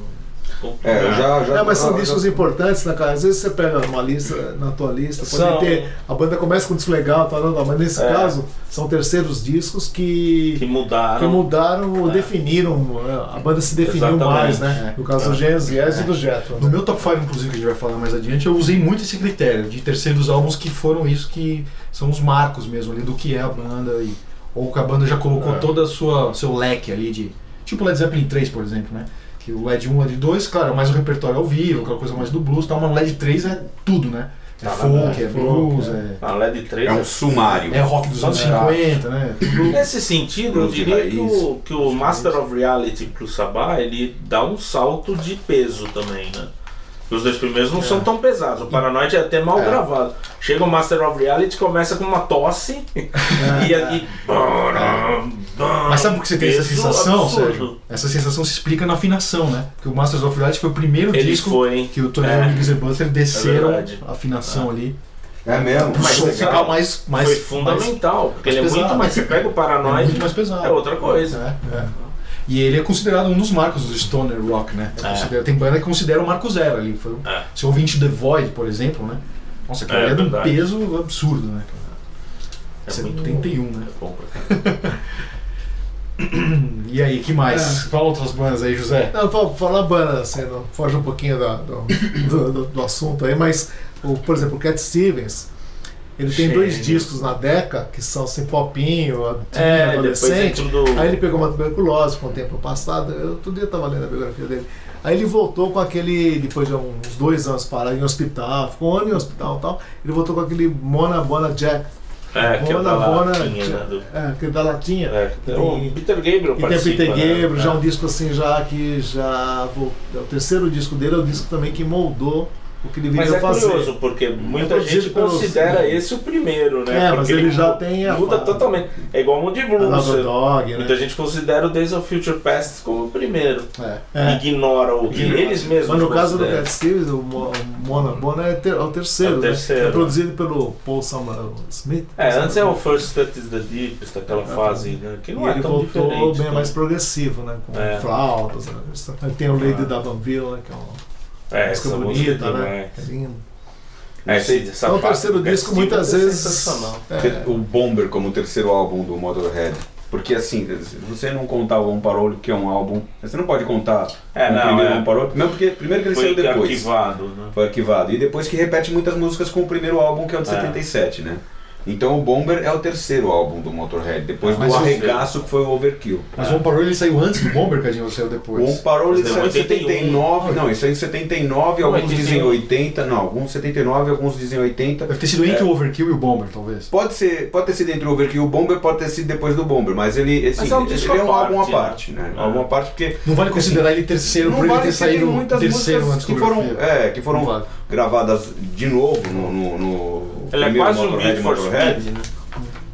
Speaker 3: É, eu já, já,
Speaker 5: É, mas são
Speaker 3: já-
Speaker 5: discos importantes, né, cara? Às vezes você pega uma lista na tua lista, pode
Speaker 4: São.
Speaker 5: ter. A banda começa com um disco legal, tal, tal, tal, mas nesse
Speaker 4: É.
Speaker 5: caso, são terceiros discos
Speaker 4: Que
Speaker 5: que, que
Speaker 4: mudaram.
Speaker 5: mudaram ou
Speaker 4: É.
Speaker 5: definiram. é, A banda se definiu
Speaker 4: Exatamente.
Speaker 5: mais, né?
Speaker 6: É.
Speaker 5: No caso do Genesis Yes e do né? Jetro.
Speaker 6: No meu top 5, inclusive, que a gente vai falar mais adiante, eu usei muito esse critério de terceiros álbuns que foram isso que são os marcos mesmo ali do que é a banda e ou que a banda já colocou
Speaker 5: É.
Speaker 6: toda a sua seu leque ali de tipo Led Zeppelin 3, por exemplo, né? Que o Led 1, Led 2, claro, é mais o repertório ao vivo, aquela coisa mais do blues, e tal, mas o Led 3 é tudo, né? É
Speaker 4: Tá,
Speaker 6: folk,
Speaker 4: né?
Speaker 6: é blues,
Speaker 4: A LED 3
Speaker 3: É um sumário.
Speaker 6: é, é rock dos anos 50, né? Tudo-
Speaker 4: Nesse sentido, eu
Speaker 3: Blues de
Speaker 4: diria que
Speaker 3: raiz.
Speaker 4: o, que o Master of Reality pro Sabá, ele dá um salto de peso também, né? Os dois primeiros
Speaker 6: É.
Speaker 4: não são tão pesados. O Paranoid é até mal gravado. Chega o Master of Reality, começa com uma tosse e aqui...
Speaker 6: É. Mas sabe por que você tem essa
Speaker 4: Peso
Speaker 6: sensação,
Speaker 4: absurdo.
Speaker 6: Sérgio? Essa sensação se explica na afinação, né? Porque o Masters of Reality foi o primeiro
Speaker 4: Ele
Speaker 6: disco
Speaker 4: foi, hein?
Speaker 6: que o Tony
Speaker 4: É.
Speaker 6: e o Geezer Butler desceram
Speaker 4: verdade.
Speaker 6: a afinação ali.
Speaker 5: um
Speaker 3: É mesmo.
Speaker 6: Pro
Speaker 4: Mas
Speaker 6: som
Speaker 4: legal.
Speaker 6: ficar mais, mais.
Speaker 4: foi fundamental, porque
Speaker 6: mais
Speaker 4: ele é muito
Speaker 6: pesado.
Speaker 4: mais. Você pega o
Speaker 6: Mais, é
Speaker 4: Paranoid,
Speaker 6: muito mais pesado.
Speaker 4: é outra coisa.
Speaker 6: É, é. E ele é considerado um dos marcos do Stoner Rock, né?
Speaker 4: É.
Speaker 6: Considera- Tem banda que considera o Marco Zero ali. Foi, um-
Speaker 4: É.
Speaker 6: Se ouvinte The Void, por exemplo, né? Nossa, aquilo
Speaker 4: É,
Speaker 6: ali é de um
Speaker 4: verdade.
Speaker 6: peso absurdo, né?
Speaker 4: É
Speaker 6: 71, né?
Speaker 4: muito bom.
Speaker 6: E aí, que
Speaker 5: É.
Speaker 6: mais? Fala outras bandas aí, José.
Speaker 5: Não, fa- falar banda, assim, não- foge um pouquinho da- do, do- do- do assunto aí, mas, o, por exemplo, o Cat Stevens, ele tem
Speaker 4: Gênio.
Speaker 5: dois discos na Deca, que são assim, popinho, ad-
Speaker 4: É, depois
Speaker 5: adolescente.
Speaker 4: dentro do.
Speaker 5: Aí ele pegou uma tuberculose com o tempo passado, eu outro dia estava lendo a biografia dele. Aí ele voltou com aquele, depois de uns dois anos parado em hospital, ficou um ano em hospital e tal, ele voltou com aquele Mona Bona Jack,
Speaker 4: É, que é
Speaker 5: Bona
Speaker 4: da
Speaker 5: Bona
Speaker 4: latinha, né?
Speaker 5: Jack,
Speaker 4: Do...
Speaker 5: é, aquele da latinha.
Speaker 4: É, que tem o Peter Gabriel
Speaker 5: E tem
Speaker 4: participa, né?
Speaker 5: Peter Gabriel, já
Speaker 4: É.
Speaker 5: um disco assim, já que já. vou- é O terceiro disco dele é o disco também que moldou o que ele
Speaker 4: Mas
Speaker 5: viria
Speaker 4: é
Speaker 5: fazer.
Speaker 4: curioso, porque muita
Speaker 5: produzido
Speaker 4: gente
Speaker 5: pelos-
Speaker 4: considera esse o primeiro, né?
Speaker 5: É, mas
Speaker 4: Porque
Speaker 5: ele já tem a
Speaker 4: Muda
Speaker 5: fase.
Speaker 4: totalmente. É igual o Moody
Speaker 5: A
Speaker 4: Blues.
Speaker 5: Lava Dog, né?
Speaker 4: Muita gente considera o Days of Future Past como o primeiro.
Speaker 6: É.
Speaker 5: É.
Speaker 4: Ignora o que
Speaker 5: Ignora.
Speaker 4: eles mesmos
Speaker 5: Mas no caso do
Speaker 4: consideram.
Speaker 5: Cat Stevens, o Mo- o Mona Bona é, ter- é o terceiro,
Speaker 4: É o terceiro.
Speaker 5: Né? É produzido pelo Paul Samuel Smith.
Speaker 4: É, antes é o First Cut is the Deepest, aquela fase, né? Que não é
Speaker 5: É. E ele
Speaker 4: tão
Speaker 5: voltou
Speaker 4: diferente.
Speaker 5: bem
Speaker 4: né?
Speaker 5: mais progressivo, né? Com
Speaker 4: É.
Speaker 5: flautas, né? Aí tem o Lady da Vanville, né? Que é uma
Speaker 4: É,
Speaker 5: música
Speaker 4: essa música
Speaker 5: bonita,
Speaker 4: é
Speaker 5: né?
Speaker 4: demais.
Speaker 5: É lindo.
Speaker 4: É, esse- essa
Speaker 5: Então o
Speaker 4: parte
Speaker 5: terceiro
Speaker 4: do Cat
Speaker 5: disco
Speaker 4: Stevens
Speaker 5: muitas
Speaker 4: é
Speaker 5: vezes.
Speaker 4: sensacional.
Speaker 5: É,
Speaker 3: O Bomber como o terceiro álbum do Motorhead. Porque assim, se você não contar o One Parole, que é um álbum, você não pode contar
Speaker 4: É,
Speaker 3: o
Speaker 4: não,
Speaker 3: primeiro
Speaker 4: é.
Speaker 3: One Parole, mesmo porque primeiro
Speaker 5: é
Speaker 3: que ele
Speaker 4: Foi
Speaker 3: saiu depois.
Speaker 4: arquivado, né?
Speaker 3: Foi arquivado. E depois que repete muitas músicas com o primeiro álbum, que é o de
Speaker 4: É.
Speaker 3: 77, né? Então o Bomber é o terceiro álbum do Motorhead, depois
Speaker 6: Ah,
Speaker 3: do
Speaker 6: mas eu-
Speaker 3: arregaço que foi o Overkill. Um
Speaker 6: Mas o One Parole ele saiu antes do Bomber, Cadinho, ou saiu
Speaker 3: O One
Speaker 6: depois?
Speaker 3: Parole
Speaker 4: Mas
Speaker 3: saiu
Speaker 4: não,
Speaker 3: em
Speaker 4: 81.
Speaker 3: 79, não, isso aí em 79,
Speaker 4: Não,
Speaker 3: alguns dizem
Speaker 4: 81.
Speaker 3: 80, não, alguns 79, alguns dizem 80.
Speaker 6: Deve ter sido entre
Speaker 3: É.
Speaker 6: o Overkill e o Bomber, talvez.
Speaker 3: Pode ser, pode ter sido entre o Overkill e o Bomber, pode ter sido depois do Bomber, mas ele, assim,
Speaker 4: Mas é um
Speaker 3: ele
Speaker 4: disco
Speaker 3: é um
Speaker 4: à
Speaker 3: álbum à
Speaker 4: parte,
Speaker 3: parte,
Speaker 4: né?
Speaker 3: né?
Speaker 4: É.
Speaker 3: Álbum à parte porque
Speaker 6: Não vale considerar ele terceiro
Speaker 3: não
Speaker 6: por ele
Speaker 3: vale
Speaker 6: ter
Speaker 3: porque tem
Speaker 6: saído
Speaker 3: muitas
Speaker 6: terceiro
Speaker 3: músicas
Speaker 6: antes
Speaker 3: que foram, é, que
Speaker 6: Não
Speaker 3: foram
Speaker 6: vale.
Speaker 3: gravadas de novo no, no, no
Speaker 4: Ele é
Speaker 3: primeiro
Speaker 4: quase um
Speaker 3: Motorhead,
Speaker 4: Need for
Speaker 3: Motorhead.
Speaker 4: Speed, né?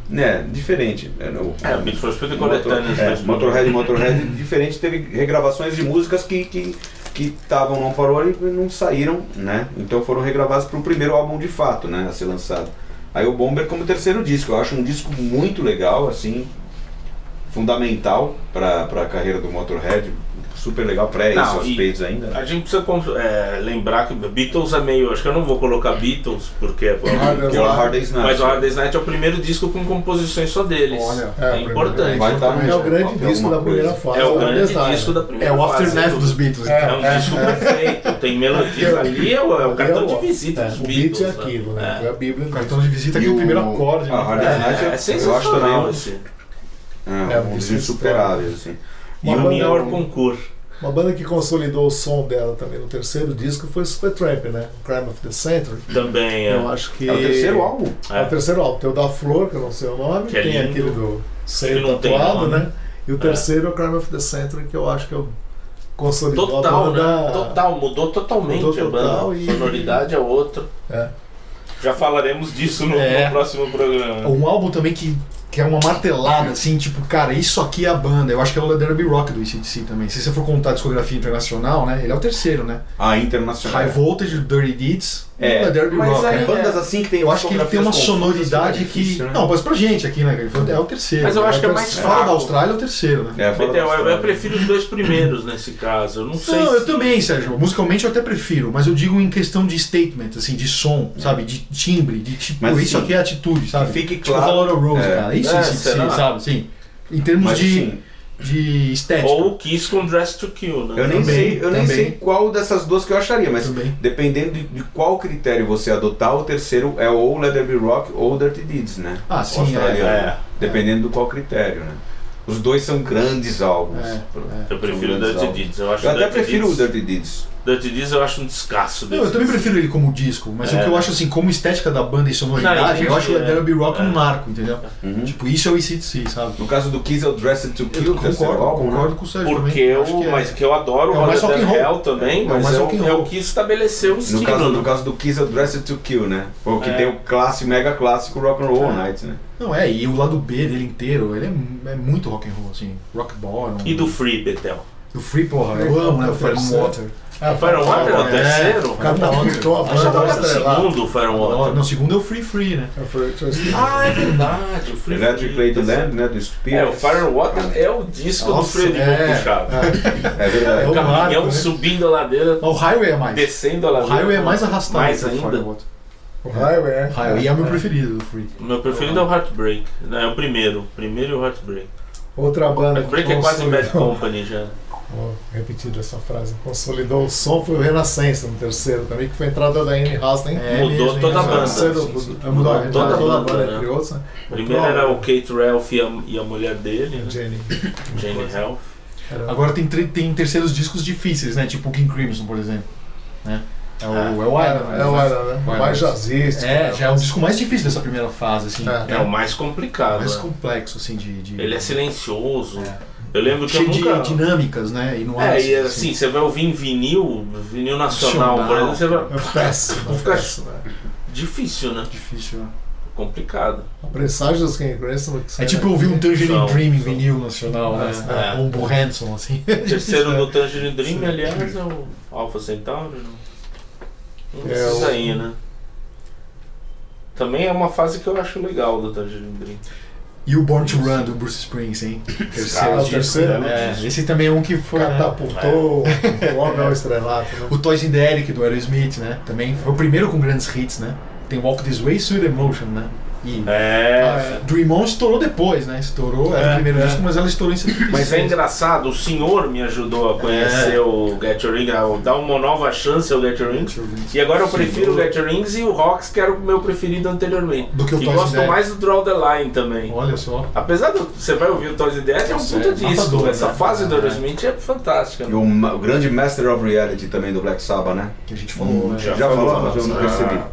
Speaker 3: né? Diferente. É, no,
Speaker 4: É, o Need for Speed é coletânea.
Speaker 3: Motor, é, Motorhead e Motorhead diferente, teve regravações de músicas que que que estavam no Parole e não saíram, né? Então foram regravadas para o primeiro álbum de fato, né, a ser lançado. Aí o Bomber como terceiro disco, eu acho um disco muito legal, assim, fundamental para a carreira do Motorhead, super legal pré
Speaker 4: Não,
Speaker 3: não, seus
Speaker 4: e-
Speaker 3: peitos ainda. né?
Speaker 4: A gente precisa con- é, lembrar que Beatles é meio. Acho que eu não vou colocar Beatles, porque. é-
Speaker 3: Que é o Hard Day's Night.
Speaker 4: Mas o Hard Day's Night é o primeiro disco com composições só deles.
Speaker 6: Olha,
Speaker 5: é,
Speaker 4: é,
Speaker 5: o
Speaker 4: importante.
Speaker 3: né? Vai estar no
Speaker 5: é o grande
Speaker 3: alguma
Speaker 5: disco
Speaker 3: coisa.
Speaker 5: da
Speaker 3: Ah,
Speaker 5: primeira fase.
Speaker 4: É o
Speaker 5: da
Speaker 4: grande
Speaker 5: design.
Speaker 4: disco da
Speaker 6: É
Speaker 4: primeira
Speaker 6: o
Speaker 4: fase.
Speaker 6: Aftermath dos Beatles. então.
Speaker 4: É um disco perfeito, tem melodias ali, é o, é o cartão de visita dos
Speaker 5: O
Speaker 4: Beatles.
Speaker 5: beat é
Speaker 4: né?
Speaker 5: aquilo, né? É, a Bíblia.
Speaker 6: O cartão de visita que é
Speaker 3: E
Speaker 6: o
Speaker 3: o-
Speaker 6: primeiro acorde.
Speaker 3: Ah, Hard
Speaker 6: né?
Speaker 3: Day's
Speaker 4: É,
Speaker 3: Night
Speaker 4: é,
Speaker 3: eu acho também
Speaker 4: sensacional assim.
Speaker 3: um- É,
Speaker 4: esse.
Speaker 5: É,
Speaker 3: um dos
Speaker 5: isso é
Speaker 3: insuperáveis, assim.
Speaker 4: E
Speaker 5: Uma
Speaker 4: o Maior
Speaker 5: banda-
Speaker 4: Concurso.
Speaker 5: Uma banda que consolidou o som dela também no terceiro disco foi Supertramp, né? Crime of the Century.
Speaker 4: Também é.
Speaker 5: Eu acho que.
Speaker 3: É o terceiro álbum?
Speaker 5: É o terceiro álbum. Tem o da Flor, que eu não sei o nome,
Speaker 4: Que é
Speaker 5: tem
Speaker 4: lindo.
Speaker 5: aquele do
Speaker 4: Que
Speaker 5: Seio
Speaker 4: não tem
Speaker 5: Tatuado,
Speaker 4: nome.
Speaker 5: né? E o terceiro é o Crime of the Century, que eu acho
Speaker 6: é
Speaker 5: que eu consolidou a
Speaker 4: Total,
Speaker 5: banda.
Speaker 4: né? Total, mudou totalmente
Speaker 5: Mudou
Speaker 4: a banda.
Speaker 5: total e-
Speaker 4: Sonoridade é outra.
Speaker 5: É.
Speaker 4: Já falaremos disso no,
Speaker 6: É.
Speaker 4: no próximo programa.
Speaker 6: Um álbum também que, que é uma martelada, assim, tipo, cara, isso aqui é a banda. Eu acho que é o Leather Be Rock do ACDC também. Se você for contar a discografia internacional, né? Ele é o terceiro, né?
Speaker 3: Ah, internacional.
Speaker 6: High Voltage, Dirty Deeds,
Speaker 3: É,
Speaker 6: e Leather Be
Speaker 3: mas
Speaker 6: Rock,
Speaker 3: aí
Speaker 6: né?
Speaker 3: bandas assim que tem
Speaker 6: Eu acho que ele tem uma
Speaker 3: discografias confusas,
Speaker 6: sonoridade
Speaker 3: é difícil,
Speaker 6: que.
Speaker 3: né?
Speaker 6: Não, mas pra gente aqui, né? cara? Ele falou, É o terceiro.
Speaker 4: Mas eu
Speaker 6: né?
Speaker 4: acho que é
Speaker 6: o
Speaker 4: mais
Speaker 6: terceiro. Fora
Speaker 4: fraco.
Speaker 6: da Austrália é o terceiro, né?
Speaker 3: É, fora da
Speaker 4: Então, eu, eu
Speaker 3: Austrália.
Speaker 4: prefiro os dois primeiros nesse caso. Eu não sei.
Speaker 6: Não,
Speaker 4: se-
Speaker 6: eu também, Sérgio. Musicalmente eu até prefiro, mas eu digo em questão de statement, assim, de som, sabe? De timbre, de tipo,
Speaker 3: Mas,
Speaker 6: isso
Speaker 3: assim,
Speaker 6: aqui é atitude, sabe?
Speaker 3: fique
Speaker 6: tipo
Speaker 3: claro.
Speaker 6: Color of Rose,
Speaker 3: É.
Speaker 6: cara. Isso,
Speaker 4: É,
Speaker 6: isso, isso,
Speaker 4: será?
Speaker 6: sabe? Assim, em termos
Speaker 3: Mas,
Speaker 6: de,
Speaker 3: assim,
Speaker 6: de estética.
Speaker 4: Ou o Kiss com Dress to Kill, né?
Speaker 3: Eu nem,
Speaker 6: Também,
Speaker 3: sei, eu nem
Speaker 6: também.
Speaker 3: sei qual dessas duas que eu acharia, mas
Speaker 6: Também.
Speaker 3: dependendo de, de qual critério você adotar, o terceiro é ou Leather Be Rock ou Dirty Deeds, né?
Speaker 6: Ah, sim,
Speaker 3: Australiano.
Speaker 4: é, é.
Speaker 3: Dependendo do qual critério, né? Os dois são grandes álbuns.
Speaker 6: É, é.
Speaker 4: Eu prefiro
Speaker 3: São
Speaker 4: o
Speaker 3: grandes
Speaker 4: Dirty
Speaker 3: álbuns.
Speaker 4: Deeds. Eu, acho
Speaker 3: Eu até
Speaker 4: Dirty
Speaker 3: prefiro o
Speaker 4: Deeds-
Speaker 3: Dirty Deeds.
Speaker 4: Dirty Deeds eu acho um descasso
Speaker 6: Não, eu
Speaker 4: desse.
Speaker 6: também prefiro ele como disco, mas
Speaker 4: É.
Speaker 6: o que eu acho assim, como estética da banda e
Speaker 4: Não,
Speaker 6: sonoridade,
Speaker 4: entendi,
Speaker 6: eu acho o
Speaker 4: é.
Speaker 6: Derby Rock
Speaker 4: É.
Speaker 6: um marco, entendeu?
Speaker 3: Uhum.
Speaker 6: Tipo, isso é o ACDC, sabe?
Speaker 3: No caso do Kiss, é o Dressed to Kill,
Speaker 6: Eu
Speaker 3: o terceiro
Speaker 6: concordo,
Speaker 3: álbum, né?
Speaker 6: concordo com o Sérgio
Speaker 4: Porque
Speaker 6: também.
Speaker 4: eu,
Speaker 6: Acho que é.
Speaker 4: mas que eu adoro
Speaker 6: É
Speaker 4: o
Speaker 6: o mais
Speaker 4: Rock and
Speaker 6: rock and
Speaker 4: Hell também,
Speaker 6: É o
Speaker 4: mas
Speaker 6: mais
Speaker 4: é o,
Speaker 6: rock and
Speaker 4: é o
Speaker 6: roll.
Speaker 4: que estabeleceu o
Speaker 3: No
Speaker 4: estilo.
Speaker 3: caso,
Speaker 4: né?
Speaker 3: no caso do Kiss, é o Dressed to Kill, né? Porque
Speaker 4: É.
Speaker 3: tem o clássico, mega clássico Rock and Roll All Night, né?
Speaker 6: Não, é, e o lado B dele inteiro, ele é, mu- é muito rock and roll, assim, rock ball.
Speaker 4: E do Free, Betel.
Speaker 6: do Free, porra, eu amo, né, o Firewater.
Speaker 5: É,
Speaker 4: Firewater é o terceiro?
Speaker 6: o cara tá
Speaker 5: Cada um pintou a
Speaker 4: Acho que
Speaker 5: banda
Speaker 4: era o
Speaker 5: estrelada.
Speaker 4: segundo o Firewater.
Speaker 6: é Não, segundo é o Free Free, né?
Speaker 5: É, foi- foi assim.
Speaker 4: Ah, é verdade. O Free
Speaker 3: Electric
Speaker 4: Free, tá
Speaker 3: Ladyland, né? Do Spears.
Speaker 4: É, o Firewater é o disco
Speaker 6: Nossa,
Speaker 4: do Freio de mão
Speaker 6: é.
Speaker 4: puxado.
Speaker 3: É verdade.
Speaker 6: É o
Speaker 4: Caminhão
Speaker 6: marco, né?
Speaker 4: subindo a ladeira,
Speaker 6: Mas o Highway é mais.
Speaker 4: descendo a
Speaker 6: O
Speaker 4: ladeira.
Speaker 6: Highway é mais arrastado
Speaker 4: Mais
Speaker 6: que o
Speaker 4: ainda.
Speaker 6: Firewater.
Speaker 5: O Highway, é.
Speaker 6: O Highway é o meu preferido do Free.
Speaker 4: O meu preferido é o Heartbreak. Não, é o primeiro. O primeiro é o Heartbreak.
Speaker 5: Outra banda. que
Speaker 4: Heartbreak é quase Bad
Speaker 5: consolidou-
Speaker 4: Company já.
Speaker 5: Vou repetir essa frase. Consolidou o som foi o Renascença no terceiro também, que foi a entrada da Anne Hasling.
Speaker 6: É
Speaker 4: Mudou
Speaker 6: mesmo, hein?
Speaker 4: toda a
Speaker 5: O
Speaker 4: banda.
Speaker 5: terceiro
Speaker 4: sim, sim.
Speaker 5: mudou, mudou a
Speaker 4: Mudou toda a
Speaker 5: entrada toda a
Speaker 4: banda,
Speaker 5: banda,
Speaker 4: né?
Speaker 5: entre outros, né?
Speaker 4: Primeiro era o Kate Ralph e a, e a mulher dele, né?
Speaker 5: Jenny.
Speaker 4: Jane Ralph.
Speaker 5: Era-
Speaker 6: Agora tem, tre- tem terceiros discos difíceis, né? Tipo o King Crimson, por exemplo. Né? É
Speaker 4: Ah.
Speaker 6: o, é o Iron.
Speaker 5: É o Iron, né?
Speaker 6: O Iron.
Speaker 5: Mais jazzístico.
Speaker 6: É,
Speaker 5: né?
Speaker 6: já é o disco mais difícil dessa primeira fase, assim.
Speaker 5: É.
Speaker 4: É o mais complicado.
Speaker 6: mais
Speaker 4: né?
Speaker 6: complexo, assim, de. de-
Speaker 4: Ele é silencioso. Eu lembro que eu
Speaker 6: Cheio
Speaker 4: nunca...
Speaker 6: de dinâmicas, né? E nuances.
Speaker 4: É, e assim, você vai ouvir em vinil, vinil nacional, por exemplo, você vai...
Speaker 5: É péssimo.
Speaker 4: Fica-
Speaker 5: péssimo, né?
Speaker 4: Difícil, né?
Speaker 6: Difícil, né?
Speaker 4: Complicado.
Speaker 5: A pressagem dos King Crimson. que
Speaker 6: É
Speaker 5: sai
Speaker 6: tipo
Speaker 5: daqui.
Speaker 6: ouvir um Tangerine
Speaker 4: São-
Speaker 6: Dream em
Speaker 4: são-
Speaker 6: vinil nacional, né?
Speaker 4: É.
Speaker 6: Ou um Bo Hanson, assim.
Speaker 4: Terceiro do Tangerine Dream, aliás, é o Alpha Centauri. Não, não
Speaker 5: É
Speaker 4: precisa
Speaker 5: o-
Speaker 4: ir, né? Também é uma fase que eu acho legal do Tangerine Dream.
Speaker 6: E o Born to Run do Bruce Springsteen.
Speaker 4: é
Speaker 5: Ah, o
Speaker 6: disco,
Speaker 5: terceiro?
Speaker 6: né? É, esse também é um que foi. né? É.
Speaker 5: catapultou o homem ao estrelato. Né?
Speaker 6: O Toys in the Attic do Aerosmith, né? Também foi o primeiro com grandes hits, né? Tem Walk This Way, Sweet Emotion, né? E
Speaker 4: É.
Speaker 6: Dream On estourou depois, né? Estourou, era
Speaker 4: É,
Speaker 6: o primeiro
Speaker 4: é.
Speaker 6: disco, mas ela estourou em 76.
Speaker 4: Mas é engraçado, o senhor me ajudou a conhecer
Speaker 6: É.
Speaker 4: o Get Your Ring, a dar uma nova chance ao Get Your Ring. E agora eu prefiro o Get Your Rings e o Rocks, que era o meu preferido anteriormente.
Speaker 6: Do que o
Speaker 4: e
Speaker 6: Toys
Speaker 4: gosto
Speaker 6: Dead.
Speaker 4: mais do Draw the Line também.
Speaker 6: Olha só.
Speaker 4: Apesar do. Você vai ouvir o Toys and Dead, é um
Speaker 6: Nossa,
Speaker 4: puta
Speaker 6: é
Speaker 4: disco.
Speaker 6: matador,
Speaker 4: Essa
Speaker 6: né?
Speaker 4: fase do
Speaker 6: É.
Speaker 4: Aerosmith é fantástica.
Speaker 3: E o, ma- o grande Master of Reality também do Black Sabbath, né?
Speaker 6: Que a gente
Speaker 4: Hum,
Speaker 6: falou. né?
Speaker 3: Já, falou, mas eu não percebi.
Speaker 4: Ah.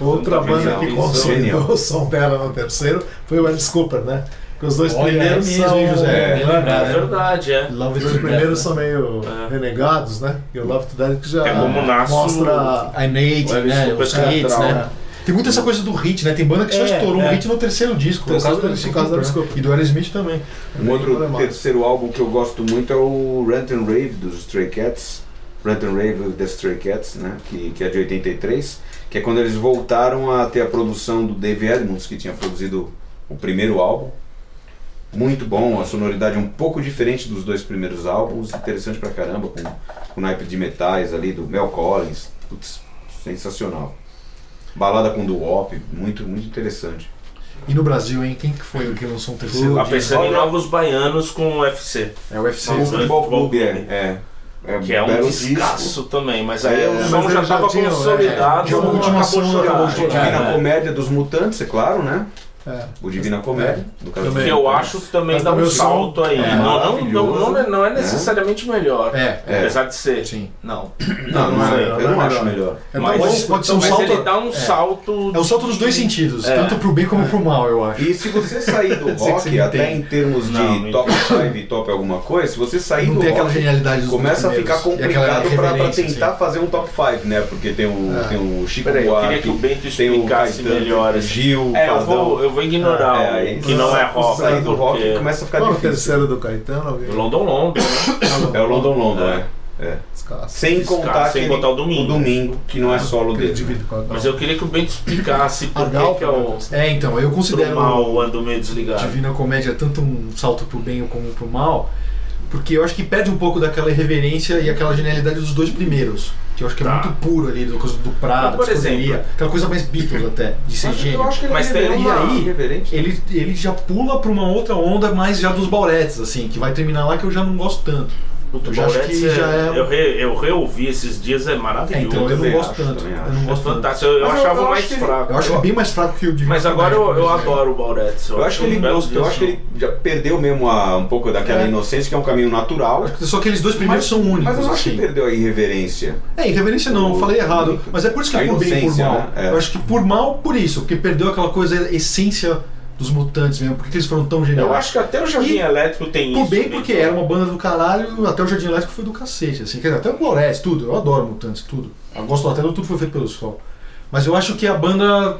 Speaker 5: Outra
Speaker 4: Genial,
Speaker 5: banda que
Speaker 4: isso,
Speaker 5: consolidou
Speaker 3: genial.
Speaker 5: o som dela no terceiro foi o Alice Cooper, né? Porque os dois
Speaker 6: Olha,
Speaker 5: primeiros
Speaker 6: é mesmo,
Speaker 5: são.
Speaker 6: hein, José? Bem
Speaker 5: né?
Speaker 4: É
Speaker 6: lembrado.
Speaker 4: verdade, é.
Speaker 6: Love
Speaker 5: Os
Speaker 6: It
Speaker 5: dois
Speaker 6: to
Speaker 5: primeiros
Speaker 6: Death, né?
Speaker 5: são meio
Speaker 4: É.
Speaker 5: renegados, né? E o Love to Dead que já
Speaker 4: É como o Nasso-
Speaker 5: mostra.
Speaker 6: né? I'm 80,
Speaker 4: Love It
Speaker 6: né?
Speaker 4: to
Speaker 6: Os
Speaker 4: Death,
Speaker 6: hits,
Speaker 4: Central,
Speaker 6: né? Tem muita essa coisa do hit, né? Tem banda que só
Speaker 5: É,
Speaker 6: estourou um
Speaker 5: é.
Speaker 6: hit no terceiro disco.
Speaker 5: Terceiro
Speaker 6: no caso do
Speaker 5: disco,
Speaker 6: Alice
Speaker 5: no
Speaker 6: Cooper,
Speaker 5: caso do
Speaker 6: né?
Speaker 5: Alice Cooper.
Speaker 6: E do Aerosmith também.
Speaker 3: Um outro
Speaker 5: problemático.
Speaker 3: terceiro álbum que eu gosto muito é o Rant and Rave dos Stray Cats. Rant and Rave with the Stray Cats, né? Que, que é de 83. Que é quando eles voltaram a ter a produção do Dave Edmunds, que tinha produzido o primeiro álbum. Muito bom, a sonoridade um pouco diferente dos dois primeiros álbuns, interessante pra caramba, com com o naipe de metais ali do Mel Collins. Putz, sensacional. Balada com do Wop, muito, muito interessante.
Speaker 6: E no Brasil, hein? Quem que foi o que lançou um terceiro
Speaker 4: Tá
Speaker 6: disco?
Speaker 4: pensando em novos baianos com o UFC,
Speaker 6: É o UFC.
Speaker 3: O né?
Speaker 4: Sim,
Speaker 3: Futebol
Speaker 4: sim.
Speaker 3: Clube é. é, é
Speaker 4: que é um
Speaker 3: belo disco.
Speaker 4: descasso também, mas aí
Speaker 3: É,
Speaker 4: o
Speaker 3: mas
Speaker 4: som
Speaker 5: ele
Speaker 4: já
Speaker 5: já
Speaker 4: estava
Speaker 5: tinha,
Speaker 4: consolidado,
Speaker 6: é, já
Speaker 4: acabou
Speaker 6: continuação,
Speaker 4: de jogar.
Speaker 6: acabou de
Speaker 3: Divina
Speaker 6: jogar,
Speaker 4: Ah, é.
Speaker 3: Comédia dos Mutantes, é claro, né?
Speaker 5: É.
Speaker 3: O Divina Comédia, do Carlos
Speaker 5: Também.
Speaker 4: Que
Speaker 3: Coutinho.
Speaker 4: eu acho que também
Speaker 5: Mas
Speaker 4: dá um
Speaker 5: também o som
Speaker 4: salto aí.
Speaker 6: é
Speaker 4: não, não, não, não, não é
Speaker 3: maravilhoso,
Speaker 4: necessariamente melhor.
Speaker 6: É,
Speaker 3: é.
Speaker 4: Apesar de ser.
Speaker 6: Sim.
Speaker 4: Não.
Speaker 3: Não, não,
Speaker 5: Não,
Speaker 3: é, eu
Speaker 5: não, não
Speaker 3: não
Speaker 5: é
Speaker 3: acho
Speaker 5: melhor.
Speaker 3: melhor.
Speaker 6: É,
Speaker 4: Mas, então,
Speaker 6: pode, pode ser um
Speaker 4: mas
Speaker 6: salto.
Speaker 4: ele dá um
Speaker 6: é.
Speaker 4: salto.
Speaker 6: É o salto nos dois sentidos,
Speaker 4: É.
Speaker 6: tanto pro bem como pro mal, eu acho.
Speaker 3: E se você sair do
Speaker 6: Sei que você
Speaker 3: rock,
Speaker 6: me
Speaker 3: até
Speaker 6: entende.
Speaker 3: em termos de
Speaker 4: Não, me
Speaker 3: top 5 e top alguma coisa, se você sair
Speaker 6: não
Speaker 3: do
Speaker 6: tem aquela
Speaker 3: rock,
Speaker 6: genialidade dos
Speaker 3: começa a
Speaker 6: primeiros.
Speaker 3: ficar
Speaker 6: E aquela
Speaker 3: complicado pra, pra
Speaker 6: reverência,
Speaker 3: tentar
Speaker 6: assim.
Speaker 3: fazer um top 5, né? Porque tem o,
Speaker 6: Ah.
Speaker 3: tem o Chico
Speaker 4: Peraí, eu queria
Speaker 3: Buarque,
Speaker 4: que o Bento
Speaker 3: tem o
Speaker 4: explicasse
Speaker 3: Caetano,
Speaker 4: melhor. esse-
Speaker 3: Gil,
Speaker 4: É, eu
Speaker 3: Fadão.
Speaker 6: então.
Speaker 4: vou, eu vou ignorar
Speaker 3: É,
Speaker 4: o
Speaker 3: aí
Speaker 4: que não é rock.
Speaker 3: Sair do rock
Speaker 4: porque-
Speaker 3: começa a ficar
Speaker 5: Qual é o
Speaker 3: difícil.
Speaker 5: terceiro do Caetano? Alguém?
Speaker 4: É
Speaker 5: um
Speaker 4: O London London. né?
Speaker 3: É o London London, é. é.
Speaker 5: Descasso.
Speaker 3: Sem
Speaker 4: Descasso,
Speaker 3: contar,
Speaker 4: sem
Speaker 3: aquele-
Speaker 4: contar o domingo.
Speaker 3: que não é solo
Speaker 5: Aquele
Speaker 3: dele.
Speaker 5: divido com a
Speaker 4: Mas eu queria que o Bento explicasse por que,
Speaker 5: Adalto,
Speaker 4: que é o.
Speaker 6: É, então, eu
Speaker 4: Pro
Speaker 6: considero
Speaker 4: mal ando meio
Speaker 6: a
Speaker 4: desligado.
Speaker 6: Divina Comédia tanto um salto pro bem como pro mal, porque eu acho que perde um pouco daquela irreverência e aquela genialidade dos dois primeiros. Que eu acho que é
Speaker 4: Tá.
Speaker 6: muito puro ali, do, coisa do Prado,
Speaker 4: Por
Speaker 6: da escuderia,
Speaker 4: exemplo.
Speaker 6: aquela coisa mais Beatles até, de ser gênio.
Speaker 4: Mas tem
Speaker 6: E aí,
Speaker 3: irreverente.
Speaker 6: ele, ele já pula pra uma outra onda mais já dos bauretes, assim, que vai terminar lá que eu já não gosto tanto.
Speaker 4: Puta,
Speaker 6: Eu já acho
Speaker 4: Bauretes
Speaker 6: que já é-
Speaker 4: Eu, re, eu reouvi esses dias, é maravilhoso.
Speaker 6: É, então eu não
Speaker 3: também
Speaker 6: gosto
Speaker 3: acho,
Speaker 6: tanto.
Speaker 3: também
Speaker 6: Eu
Speaker 3: acho.
Speaker 6: não
Speaker 4: É
Speaker 6: gosto tanto.
Speaker 4: fantástico, eu, eu
Speaker 3: Mas eu-
Speaker 4: achava
Speaker 3: eu acho
Speaker 4: mais
Speaker 3: que ele-
Speaker 4: fraco.
Speaker 6: Eu acho bem mais fraco que é o Divina
Speaker 4: Mas agora eu, eu adoro o Bauretes.
Speaker 3: Eu acho que ele,
Speaker 4: um belo
Speaker 3: eu acho que ele já perdeu mesmo a- um pouco daquela
Speaker 6: É.
Speaker 3: inocência, que é um caminho natural.
Speaker 6: Só que eles dois primeiros são únicos.
Speaker 3: Mas eu não acho que
Speaker 6: assim.
Speaker 3: perdeu a irreverência.
Speaker 6: É, irreverência não, eu falei errado. Mas é por isso que
Speaker 3: A
Speaker 6: é por bem e por
Speaker 3: inocência,
Speaker 6: mal.
Speaker 3: né? É.
Speaker 6: Eu acho que por mal, por isso. Porque perdeu aquela coisa, a essência dos mutantes mesmo. Por que eles foram tão geniais?
Speaker 4: Eu acho que até o Jardim
Speaker 6: E-
Speaker 4: Elétrico tem
Speaker 6: Por
Speaker 4: isso. né?
Speaker 6: bem, porque era um uma banda do caralho, até o Jardim Elétrico foi do cacete, assim, quer dizer, até o Borés, tudo, eu adoro Mutantes, tudo. Eu gosto até do Tudo Foi Feito pelo Sol. Mas eu acho que a banda,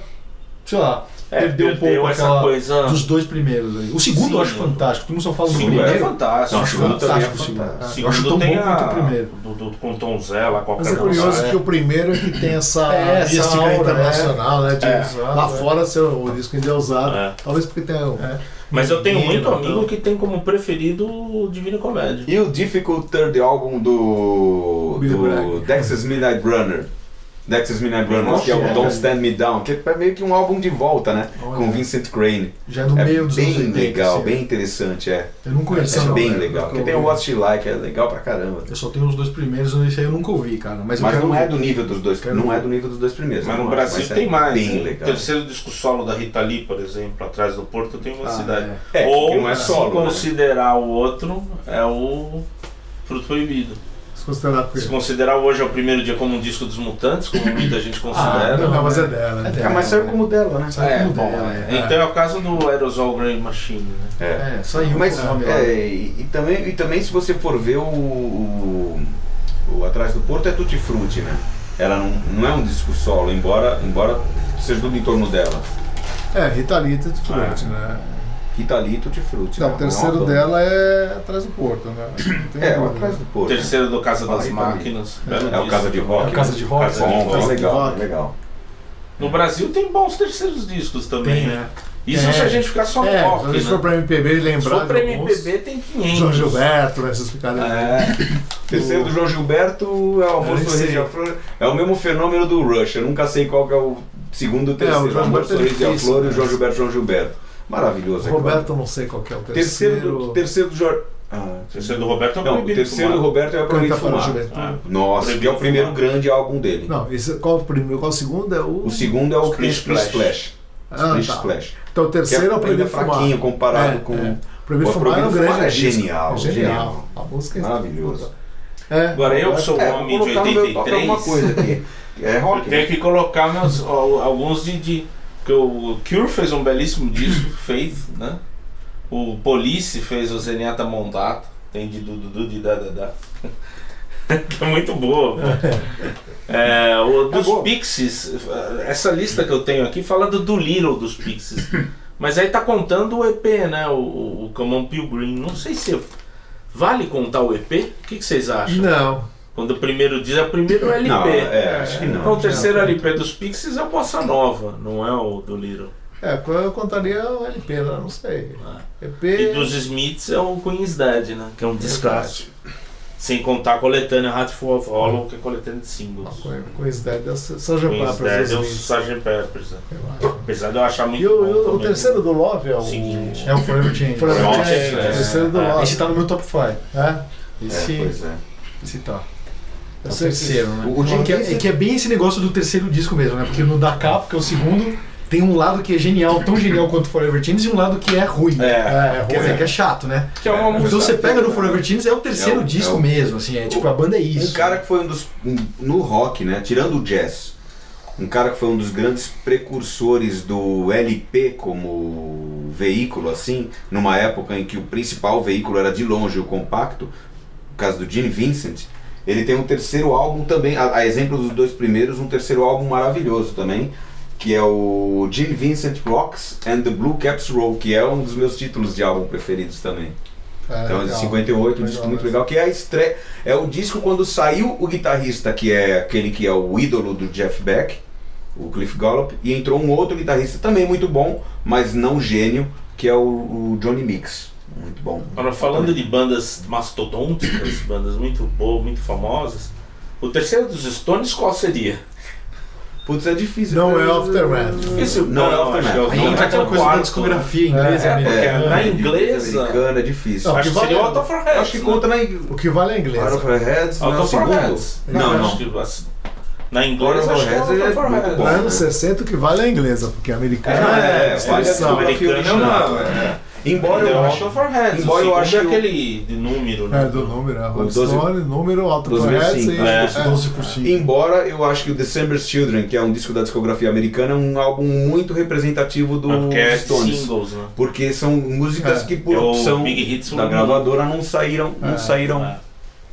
Speaker 6: sei lá,
Speaker 4: É,
Speaker 6: perdeu, um
Speaker 4: perdeu
Speaker 6: pouco
Speaker 4: essa
Speaker 6: aquela
Speaker 4: coisa-
Speaker 6: dos dois primeiros aí. O segundo
Speaker 4: Sim,
Speaker 6: eu acho
Speaker 4: eu-
Speaker 6: fantástico, todo mundo só fala do
Speaker 4: Sim,
Speaker 6: primeiro.
Speaker 4: é fantástico.
Speaker 6: Eu
Speaker 3: Não,
Speaker 6: acho
Speaker 3: o segundo também é
Speaker 6: fantástico o segundo.
Speaker 3: fantástico.
Speaker 4: O
Speaker 6: Ah, Eu acho
Speaker 4: segundo
Speaker 6: tão bom
Speaker 4: tem
Speaker 6: quanto
Speaker 4: a-
Speaker 6: o primeiro.
Speaker 4: Do, do, com Tom Zé lá, qualquer
Speaker 5: Mas é
Speaker 4: coisa.
Speaker 5: curioso que o primeiro é que tem essa
Speaker 6: É, essa
Speaker 5: mística
Speaker 6: aura,
Speaker 5: internacional, né? de
Speaker 4: É.
Speaker 5: lá fora ser o disco endeusado.
Speaker 4: É.
Speaker 5: Talvez porque tenha um.
Speaker 4: Mas eu tenho muito
Speaker 6: Menino,
Speaker 4: amigo
Speaker 6: então.
Speaker 4: que tem como preferido o Divino Comédia.
Speaker 3: E o Difficult Third Album do,
Speaker 5: Billy
Speaker 3: do Dexys Midnight Runner. Dexys Midnight Runner, que é o
Speaker 6: Nossa,
Speaker 3: Don't
Speaker 6: é.
Speaker 3: Stand Me Down, que é meio que um álbum de volta, né?
Speaker 6: Olha.
Speaker 3: Com Vincent Crane.
Speaker 6: Já no
Speaker 3: é
Speaker 6: meio dos anos
Speaker 3: bem
Speaker 6: 80,
Speaker 3: legal,
Speaker 6: assim,
Speaker 3: bem interessante, é.
Speaker 6: Eu não conheço,
Speaker 3: é
Speaker 6: não,
Speaker 3: bem
Speaker 6: né?
Speaker 3: legal.
Speaker 6: Nunca
Speaker 3: Porque tem o
Speaker 6: ouvi.
Speaker 3: What's She Like, é legal pra caramba.
Speaker 6: Eu só tenho os dois primeiros, esse aí eu nunca ouvi, cara. Mas, eu
Speaker 3: Mas
Speaker 6: quero
Speaker 3: não é
Speaker 6: ouvir.
Speaker 3: do nível dos dois,
Speaker 6: Quero
Speaker 3: não é
Speaker 6: ver.
Speaker 3: do nível dos dois primeiros.
Speaker 4: Mas
Speaker 3: eu
Speaker 4: no
Speaker 3: não acho,
Speaker 4: Brasil
Speaker 3: é
Speaker 4: tem mais.
Speaker 3: Bem
Speaker 4: né? O
Speaker 3: legal.
Speaker 4: terceiro disco solo da Rita Lee, por exemplo, atrás do Porto, tem uma
Speaker 6: Ah,
Speaker 4: cidade.
Speaker 3: é. É, que
Speaker 4: Ou,
Speaker 3: não é solo,
Speaker 4: se
Speaker 3: né?
Speaker 4: considerar o outro, é o Fruto Proibido.
Speaker 6: é,
Speaker 5: Se considerar que.
Speaker 4: Se considerar hoje é o primeiro dia como um disco dos mutantes, como muita gente
Speaker 5: Ah,
Speaker 4: considera.
Speaker 5: não,
Speaker 6: não,
Speaker 5: mas
Speaker 6: né?
Speaker 5: é dela. né?
Speaker 6: É
Speaker 3: É, mas saiu
Speaker 6: né?
Speaker 3: como dela, né?
Speaker 6: Sabe como
Speaker 4: bom,
Speaker 6: dela,
Speaker 4: é. Então é o caso do Aerosol Grand Machine, né?
Speaker 3: É.
Speaker 6: É, saiu
Speaker 3: Mas,
Speaker 6: com o nome lá.
Speaker 3: é, e, e também, e também se você for ver o, o, o Atrás do Porto é Tutti Frutti, né? Ela não, não é um disco solo, embora, embora seja tudo em torno dela.
Speaker 5: É, Rita Lee e Tutti Frutti,
Speaker 4: Ah.
Speaker 5: né?
Speaker 3: Rita Lee e Tutti Frutti. né?
Speaker 5: Não,
Speaker 3: Não
Speaker 5: o
Speaker 3: é
Speaker 5: terceiro
Speaker 3: uma banda.
Speaker 5: dela é Atrás do Porto, né? Não tem
Speaker 3: É, o
Speaker 5: dúvida.
Speaker 3: Atrás do
Speaker 4: O
Speaker 3: Porto.
Speaker 4: terceiro do Casa das
Speaker 3: Aí também.
Speaker 4: Máquinas. belo
Speaker 3: É o
Speaker 4: disco.
Speaker 3: Casa de Rock.
Speaker 6: É o Casa
Speaker 3: né?
Speaker 6: de Rock,
Speaker 3: Casa de
Speaker 4: Casa de
Speaker 3: Rock,
Speaker 5: Rock.
Speaker 3: legal, legal.
Speaker 4: No Brasil tem bons terceiros discos também,
Speaker 6: Tem,
Speaker 4: né?
Speaker 6: né?
Speaker 4: Isso
Speaker 6: É.
Speaker 4: se a gente ficar só no
Speaker 5: É,
Speaker 4: rock,
Speaker 5: se
Speaker 4: né?
Speaker 5: a gente for pra MPB e
Speaker 4: Se
Speaker 5: lembrar
Speaker 4: for
Speaker 5: de
Speaker 4: pra
Speaker 5: alguns,
Speaker 4: MPB tem 500.
Speaker 5: João Gilberto, né, essas picadas.
Speaker 3: O terceiro do João Gilberto é o Amor
Speaker 5: nem
Speaker 3: Sorriso
Speaker 5: sei.
Speaker 3: e a Flor. É o mesmo fenômeno do Rush. Eu nunca sei qual que é o segundo e o
Speaker 5: É, o
Speaker 3: terceiro.
Speaker 5: João
Speaker 3: Amor
Speaker 5: Gilberto é
Speaker 3: Sorriso e a
Speaker 5: difícil,
Speaker 3: Flor e o
Speaker 5: né?
Speaker 3: João Gilberto, João Gilberto. Maravilhoso. é claro.
Speaker 5: Roberto, não sei qual que é o
Speaker 3: Terceiro,
Speaker 5: terceiro.
Speaker 3: terceiro do Jorge. Ah,
Speaker 4: O terceiro do Roberto é o
Speaker 3: não, o
Speaker 4: proibido
Speaker 3: terceiro do
Speaker 4: fumar.
Speaker 3: Roberto é o Proibido
Speaker 5: Canta para a
Speaker 3: Fumar.
Speaker 5: tá Juventude.
Speaker 4: Ah.
Speaker 3: Nossa,
Speaker 4: Proibido
Speaker 3: que é o primeiro
Speaker 4: Fumar.
Speaker 3: grande álbum dele.
Speaker 5: Não, esse, qual o primeiro? Qual o segundo? É o.
Speaker 3: O segundo é o
Speaker 4: Split
Speaker 3: Split Splash.
Speaker 4: Splash.
Speaker 5: Ah,
Speaker 3: Split
Speaker 5: tá.
Speaker 3: Splash.
Speaker 5: Então o terceiro é o
Speaker 3: ainda
Speaker 5: primeiro fumar.
Speaker 3: fraquinho comparado com-
Speaker 5: O primeiro
Speaker 3: O
Speaker 5: fumar é um
Speaker 3: Proibido
Speaker 5: grande.
Speaker 3: Fumar é
Speaker 5: disco.
Speaker 3: genial,
Speaker 5: É genial.
Speaker 3: genial.
Speaker 5: A música é
Speaker 3: Maravilhoso.
Speaker 5: É.
Speaker 4: Agora eu que sou
Speaker 3: É,
Speaker 4: um
Speaker 3: vou
Speaker 4: homem de
Speaker 3: colocar no meu top
Speaker 4: 83.
Speaker 3: alguma coisa aqui. É
Speaker 4: Eu
Speaker 3: rock.
Speaker 4: tenho que colocar meus, al- alguns de, de. Porque o Cure fez um belíssimo disco, Faith, né? O Police fez o Zenyatta Mondato, tem de Dudu de Dadadá. que é muito boa. pô. É, o dos
Speaker 3: boa.
Speaker 4: Pixies, essa lista que eu tenho aqui fala do, do Little dos Pixies. Mas aí tá contando o EP, né? O, o, o Common Pilgrim. Não sei se vale contar o EP. O que, que vocês acham?
Speaker 5: Não.
Speaker 4: Quando o primeiro diz, é o primeiro LP.
Speaker 3: Não, é, acho que
Speaker 4: Então,
Speaker 3: não.
Speaker 4: o terceiro LP dos Pixies é o Bossa Nova, não é o do Little.
Speaker 5: É, eu contaria o LP, né? não sei.
Speaker 4: Ah.
Speaker 5: EP.
Speaker 4: E dos Smiths é o Queen's Dead, né? Que é um descarte. Sem contar a coletânea Hatful of Hollow, que é coletânea de singles.
Speaker 5: Com- Com isso daí, deu Sérgio
Speaker 4: Queen's
Speaker 3: um
Speaker 5: Papas.
Speaker 4: Dead é o Sgt. Peppers. né?
Speaker 5: Eu acho.
Speaker 4: Apesar de eu achar muito
Speaker 5: E o,
Speaker 4: bom
Speaker 5: e o- o
Speaker 4: também.
Speaker 5: terceiro do Love é o.
Speaker 4: Seguinte.
Speaker 6: É o Forever Change.
Speaker 5: Forever
Speaker 4: Nossa,
Speaker 5: Change,
Speaker 3: né?
Speaker 4: é.
Speaker 5: o terceiro do
Speaker 4: É.
Speaker 5: Love.
Speaker 6: Esse tá no meu top 5.
Speaker 5: É?
Speaker 6: Esse,
Speaker 3: É, pois é.
Speaker 6: esse tá. É
Speaker 5: Eu
Speaker 6: o
Speaker 5: sei que-
Speaker 6: terceiro, né?
Speaker 3: O- o Jim
Speaker 6: que, é,
Speaker 3: Henson-
Speaker 6: que é bem esse negócio do terceiro disco mesmo, né? Porque no da capa, que é o segundo, tem um lado que é genial, tão genial quanto Forever Teens, e um lado que é ruim.
Speaker 3: É.
Speaker 6: Quer dizer, que é chato, né?
Speaker 8: Que é uma música.
Speaker 6: Então você pega no Forever Teens, é o terceiro
Speaker 3: né? É o-
Speaker 6: disco
Speaker 3: é o-
Speaker 6: mesmo, assim, é tipo, a banda é isso.
Speaker 3: Um cara que foi um dos. um- no rock, né? Tirando o jazz. Um cara que foi um dos grandes precursores do LP como veículo, assim, numa época em que o principal veículo era de longe o compacto, no caso do Gene Vincent, ele tem um terceiro álbum também, a, a exemplo dos dois primeiros, um terceiro álbum maravilhoso também, que é o Gene Vincent Rocks and the Blue Caps Roll, que é um dos meus títulos de álbum preferidos também.
Speaker 5: É,
Speaker 3: Então, de
Speaker 5: legal.
Speaker 3: 58, um disco
Speaker 5: Legal,
Speaker 3: muito
Speaker 5: né?
Speaker 3: legal, que é a estreia. É o disco quando saiu o guitarrista, que é aquele que é o ídolo do Jeff Beck, o Cliff Gallup, e entrou um outro guitarrista também muito bom, mas não gênio, que é o, o Johnny Mix. Muito bom.
Speaker 4: Agora, falando de bandas mastodônticas, bandas muito boas, muito famosas, o terceiro dos Stones qual seria?
Speaker 3: Putz, é difícil.
Speaker 5: Não é
Speaker 3: Não,
Speaker 5: Aftermath.
Speaker 4: Isso
Speaker 3: não, é o
Speaker 4: acho que é o-
Speaker 3: Aftermath.
Speaker 6: Aí
Speaker 4: não,
Speaker 6: entra
Speaker 4: é
Speaker 6: aquela
Speaker 4: o
Speaker 6: coisa da
Speaker 4: quarto,
Speaker 6: discografia inglesa
Speaker 4: É,
Speaker 6: mesmo.
Speaker 4: porque
Speaker 3: É,
Speaker 4: na
Speaker 3: de-
Speaker 4: inglesa-
Speaker 3: Americana é difícil.
Speaker 5: Não,
Speaker 4: Acho que seria o
Speaker 5: Vale-
Speaker 4: Out of Our Heads.
Speaker 3: Acho que conta na
Speaker 5: O que vale é inglês.
Speaker 3: Out of Our Heads, não é
Speaker 4: Out
Speaker 3: o
Speaker 4: of Our
Speaker 3: segundo.
Speaker 4: Heads.
Speaker 3: Não, não.
Speaker 4: acho que, assim, Na
Speaker 3: Out
Speaker 4: inglesa,
Speaker 3: of Our
Speaker 4: acho que é
Speaker 3: Heads
Speaker 4: Out of
Speaker 3: é
Speaker 4: Our
Speaker 3: muito
Speaker 4: Heads.
Speaker 3: bom.
Speaker 5: Nos anos 60 o que vale é a inglesa, porque a americana
Speaker 3: É,
Speaker 5: é,
Speaker 3: é,
Speaker 5: expressão.
Speaker 3: olha, discografia
Speaker 4: Americana,
Speaker 3: original, é. Embora
Speaker 4: Embora
Speaker 3: eu
Speaker 4: o
Speaker 3: acho
Speaker 4: Out of Our Heads.
Speaker 3: embora
Speaker 4: o
Speaker 3: eu
Speaker 4: segundo
Speaker 3: acho
Speaker 4: é
Speaker 3: que o-
Speaker 4: aquele de número, né?
Speaker 5: É, do número, é Rolling
Speaker 3: 12
Speaker 5: Stone, número, alto
Speaker 3: 2005,
Speaker 4: né?
Speaker 5: é,
Speaker 6: 12 por 5.
Speaker 3: Embora eu acho que o December's Children, que é um disco da discografia americana, é um álbum muito representativo do
Speaker 4: Porque é
Speaker 3: Stones.
Speaker 4: singles, né?
Speaker 3: Porque são músicas
Speaker 5: É.
Speaker 3: que por
Speaker 4: É o
Speaker 3: opção
Speaker 4: Big Hits
Speaker 3: da
Speaker 4: Volume
Speaker 3: gravadora não saíram. Não, saíram.
Speaker 4: É.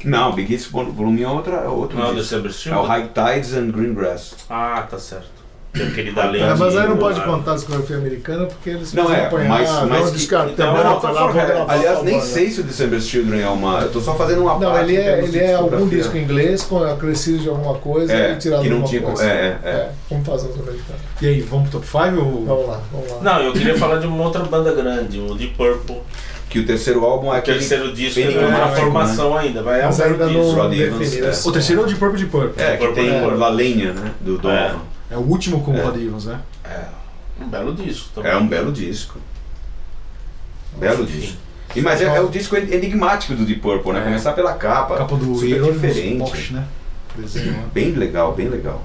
Speaker 3: não Big Hits Volume é, outra, é outro
Speaker 4: Não é o
Speaker 3: disco.
Speaker 4: December
Speaker 3: É o
Speaker 4: Children?
Speaker 3: High Tides and Green Grass.
Speaker 4: Ah, tá certo. Tem aquele da né? lei.
Speaker 5: É, mas aí não pode contar a discografia americana porque eles
Speaker 3: Não,
Speaker 5: precisam
Speaker 3: é, mas-
Speaker 5: dão
Speaker 3: mas
Speaker 5: um
Speaker 3: que-
Speaker 5: descartão,
Speaker 4: então,
Speaker 5: vão
Speaker 4: não,
Speaker 5: falar,
Speaker 4: tá
Speaker 5: vão
Speaker 4: fora,
Speaker 5: gravar,
Speaker 3: Aliás,
Speaker 5: tá
Speaker 3: nem
Speaker 5: bom, né?
Speaker 3: sei se o December's Children é uma. Eu tô só fazendo uma
Speaker 5: Não,
Speaker 3: parte. em
Speaker 5: ele é,
Speaker 3: termos de
Speaker 5: ele é algum
Speaker 3: discografia.
Speaker 5: disco em inglês com acrescido de alguma coisa
Speaker 3: É,
Speaker 5: e tirado
Speaker 3: que
Speaker 5: de
Speaker 3: não
Speaker 5: alguma
Speaker 3: tinha como-
Speaker 5: coisa.
Speaker 3: é, é, é.
Speaker 5: Vamos fazer outra americana.
Speaker 6: E aí, vamos pro top 5 ou.
Speaker 5: Vamos lá, vamos lá.
Speaker 4: Não, eu queria falar de uma outra banda grande, o Deep Purple.
Speaker 3: Que o terceiro álbum é
Speaker 4: O
Speaker 3: aquele.
Speaker 4: terceiro disco
Speaker 3: bem
Speaker 4: ainda não é uma
Speaker 3: emblemático,
Speaker 4: formação ainda, vai é um
Speaker 5: Mas ainda
Speaker 4: disco.
Speaker 5: não
Speaker 3: Rod Evans,
Speaker 5: definiram.
Speaker 6: O terceiro é o de Purple de Purple.
Speaker 3: Né? É, que tem
Speaker 5: É.
Speaker 3: La lenha, né? Do
Speaker 4: É.
Speaker 3: Donovan.
Speaker 6: É o último com
Speaker 3: É.
Speaker 6: o Rod Evans, né?
Speaker 4: Um belo disco também.
Speaker 3: É um belo disco. Belo disco. E, mas é, é o disco en- enigmático do Deep Purple, né?
Speaker 6: É.
Speaker 3: Começar pela capa.
Speaker 6: A capa do
Speaker 3: super
Speaker 6: Hieronymus
Speaker 3: diferente.
Speaker 6: Bosch, né? Desenho, né?
Speaker 3: Bem legal, bem legal.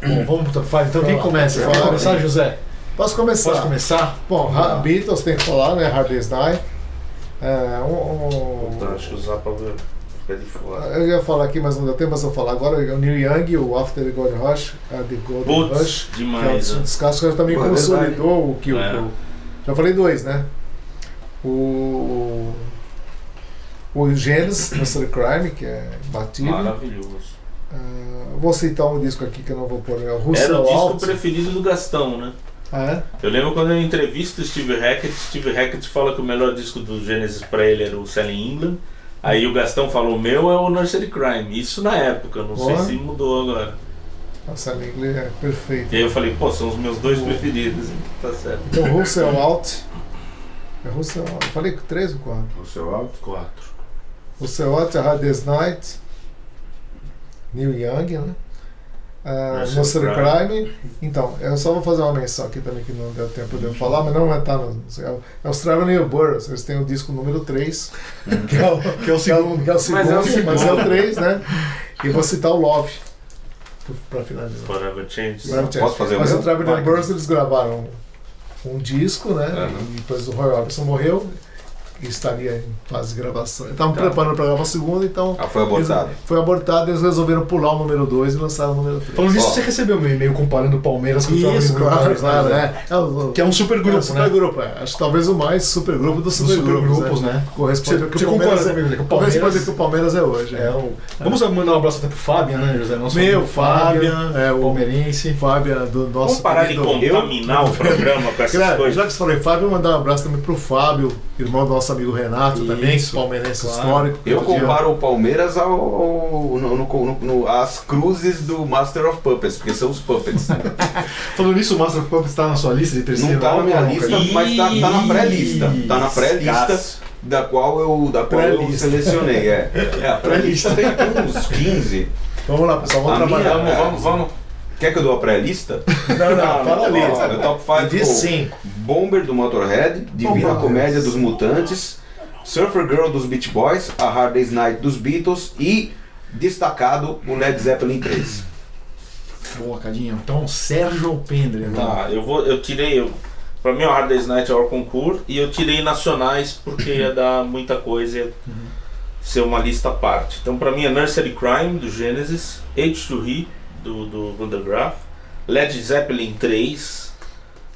Speaker 6: Bom, vamos pro top 5. Então, quem
Speaker 5: Vamos lá.
Speaker 6: começa? Quer
Speaker 5: Fala,
Speaker 6: começar,
Speaker 5: gente.
Speaker 6: José?
Speaker 5: Posso começar?
Speaker 6: Pode começar?
Speaker 5: Bom, ha- Beatles tem que falar, né? Hard Day's Night. É, um, um-
Speaker 4: Puta, acho que usar pra ver. Fica de fora.
Speaker 5: Eu ia falar aqui, mas não deu tempo, mas eu vou falar agora. O Neil Young, o After the Gold Rush, a The Gold Rush,
Speaker 4: Putz,
Speaker 5: que é um
Speaker 4: demais.
Speaker 5: dos
Speaker 4: né?
Speaker 5: dos casos que também
Speaker 3: Pô, é
Speaker 5: consolidou o que o-
Speaker 4: É.
Speaker 5: o- Já falei dois, né? O. O, o Gênesis, Mr. Crime, que é batível.
Speaker 4: Maravilhoso.
Speaker 5: Ah, vou citar um disco aqui que eu não vou pôr, né? O
Speaker 4: Era
Speaker 5: Russell
Speaker 4: o disco
Speaker 5: Alves.
Speaker 4: preferido do Gastão, né?
Speaker 5: Ah, é?
Speaker 4: Eu lembro quando eu entrevisto o Steve Hackett, Steve Hackett fala que o melhor disco do Genesis pra ele era o Selling England. Aí o Gastão falou, o meu é o Nursery Crime. Isso na época, eu não sei
Speaker 5: Boa.
Speaker 4: se mudou agora.
Speaker 5: Nossa, a inglês é perfeito.
Speaker 4: E aí eu falei, pô, são os meus dois preferidos. Tá certo.
Speaker 5: Então, Russell Alt. É Russell Alt. Eu Falei com três ou quatro?
Speaker 3: O seu álbum? Quatro.
Speaker 5: Russell Alt, a Hades Night. Neil Young, né? Ah,
Speaker 4: Russell
Speaker 5: Monster
Speaker 4: é Crime.
Speaker 5: Crime. Então, eu só vou fazer uma menção aqui também que não deu tempo de eu falar, mas não vai estar no. É o- é os Traveling Burroughs, eles têm o disco número 3, que é o, que é o segundo, que é o segundo,
Speaker 4: Uhum. é o
Speaker 5: mas é o 3, né? E vou citar o Love, pra finalizar.
Speaker 4: Forever Changes.
Speaker 5: Não, tinha.
Speaker 3: Posso fazer um o
Speaker 5: Mas
Speaker 3: meu?
Speaker 5: o Traveling
Speaker 3: Vai.
Speaker 5: Burst eles gravaram um disco, né?
Speaker 3: Aham.
Speaker 5: E depois o Roy Orbison morreu e estaria em fase de gravação. Estavam
Speaker 3: Tá.
Speaker 5: preparando para gravar o segundo, então
Speaker 3: Ah, foi abortado.
Speaker 5: eles- foi abortado e eles resolveram pular o número 2 e lançaram o número 3.
Speaker 6: Falando nisso,
Speaker 3: Ó.
Speaker 6: você recebeu meu e-mail comparando o Palmeiras com o Flamengo.
Speaker 5: Isso, claro, claro, né? É o,
Speaker 6: Que é um super
Speaker 5: é
Speaker 6: grupo,
Speaker 5: o
Speaker 6: né?
Speaker 5: supergrupo, é. acho que talvez o mais supergrupo dos
Speaker 6: Dos
Speaker 5: supergrupos,
Speaker 6: supergrupos,
Speaker 5: né?
Speaker 6: né?
Speaker 5: Corresponde
Speaker 6: Você-
Speaker 5: ao que
Speaker 6: você
Speaker 5: o Palmeiras,
Speaker 6: concorda comigo, né? Que o
Speaker 5: corresponde
Speaker 6: Palmeiras-
Speaker 5: ao que o Palmeiras é hoje.
Speaker 6: É um- Vamos mandar um abraço até pro Fábio, né, José? Nosso
Speaker 5: Meu,
Speaker 6: amigo
Speaker 5: Fábia, é o
Speaker 6: palmeirense.
Speaker 5: Fábia do nosso
Speaker 4: Vamos parar de
Speaker 5: querido-
Speaker 4: contaminar o programa com essas
Speaker 5: Cara,
Speaker 4: coisas.
Speaker 5: já que você falou em Fábio, eu vou mandar um abraço também pro Fábio, irmão do nosso amigo Renato também,
Speaker 6: Isso,
Speaker 5: palmeirense
Speaker 6: claro.
Speaker 5: histórico.
Speaker 3: Eu
Speaker 5: Outro dia-
Speaker 3: comparo o Palmeiras ao, ao- no, no- no- no- às cruzes do Master of Puppets, porque são os puppets.
Speaker 6: Falando nisso, o Master Pump está na sua lista de terceiro
Speaker 3: Não tá na minha
Speaker 6: álbum,
Speaker 3: lista,
Speaker 5: é
Speaker 6: cara?
Speaker 3: mas tá, tá na pré-lista. Tá na pré-lista
Speaker 4: Escasso.
Speaker 3: da qual eu, da qual eu
Speaker 5: Pré-lista.
Speaker 3: selecionei. É, é a pré-lista tem uns 15.
Speaker 5: Vamos lá, pessoal, vamos
Speaker 3: A minha-
Speaker 5: trabalhar.
Speaker 4: Vamos, vamos, vamos.
Speaker 3: Quer que eu dou a pré-lista? Ah,
Speaker 5: Não, não, fala ali.
Speaker 3: Olha, o top 5
Speaker 5: Diz cinco.
Speaker 3: Bomber do Motorhead, Divina
Speaker 5: Bomber.
Speaker 3: Comédia dos Mutantes, Surfer Girl dos Beach Boys, A Hard Day's Night dos Beatles e destacado o Led Zeppelin 3.
Speaker 6: Boa, Cadinho. Então, Sérgio Alpendre. né? agora.
Speaker 4: Tá, eu vou. Eu tirei. Eu, pra mim é o Hard Day's Night é o concurso e eu tirei nacionais porque ia dar muita coisa ia ser uma lista à parte. Então pra mim é Nursery Crime, do Genesis, Age to He, do, do Van der Graaf, Led Zeppelin 3,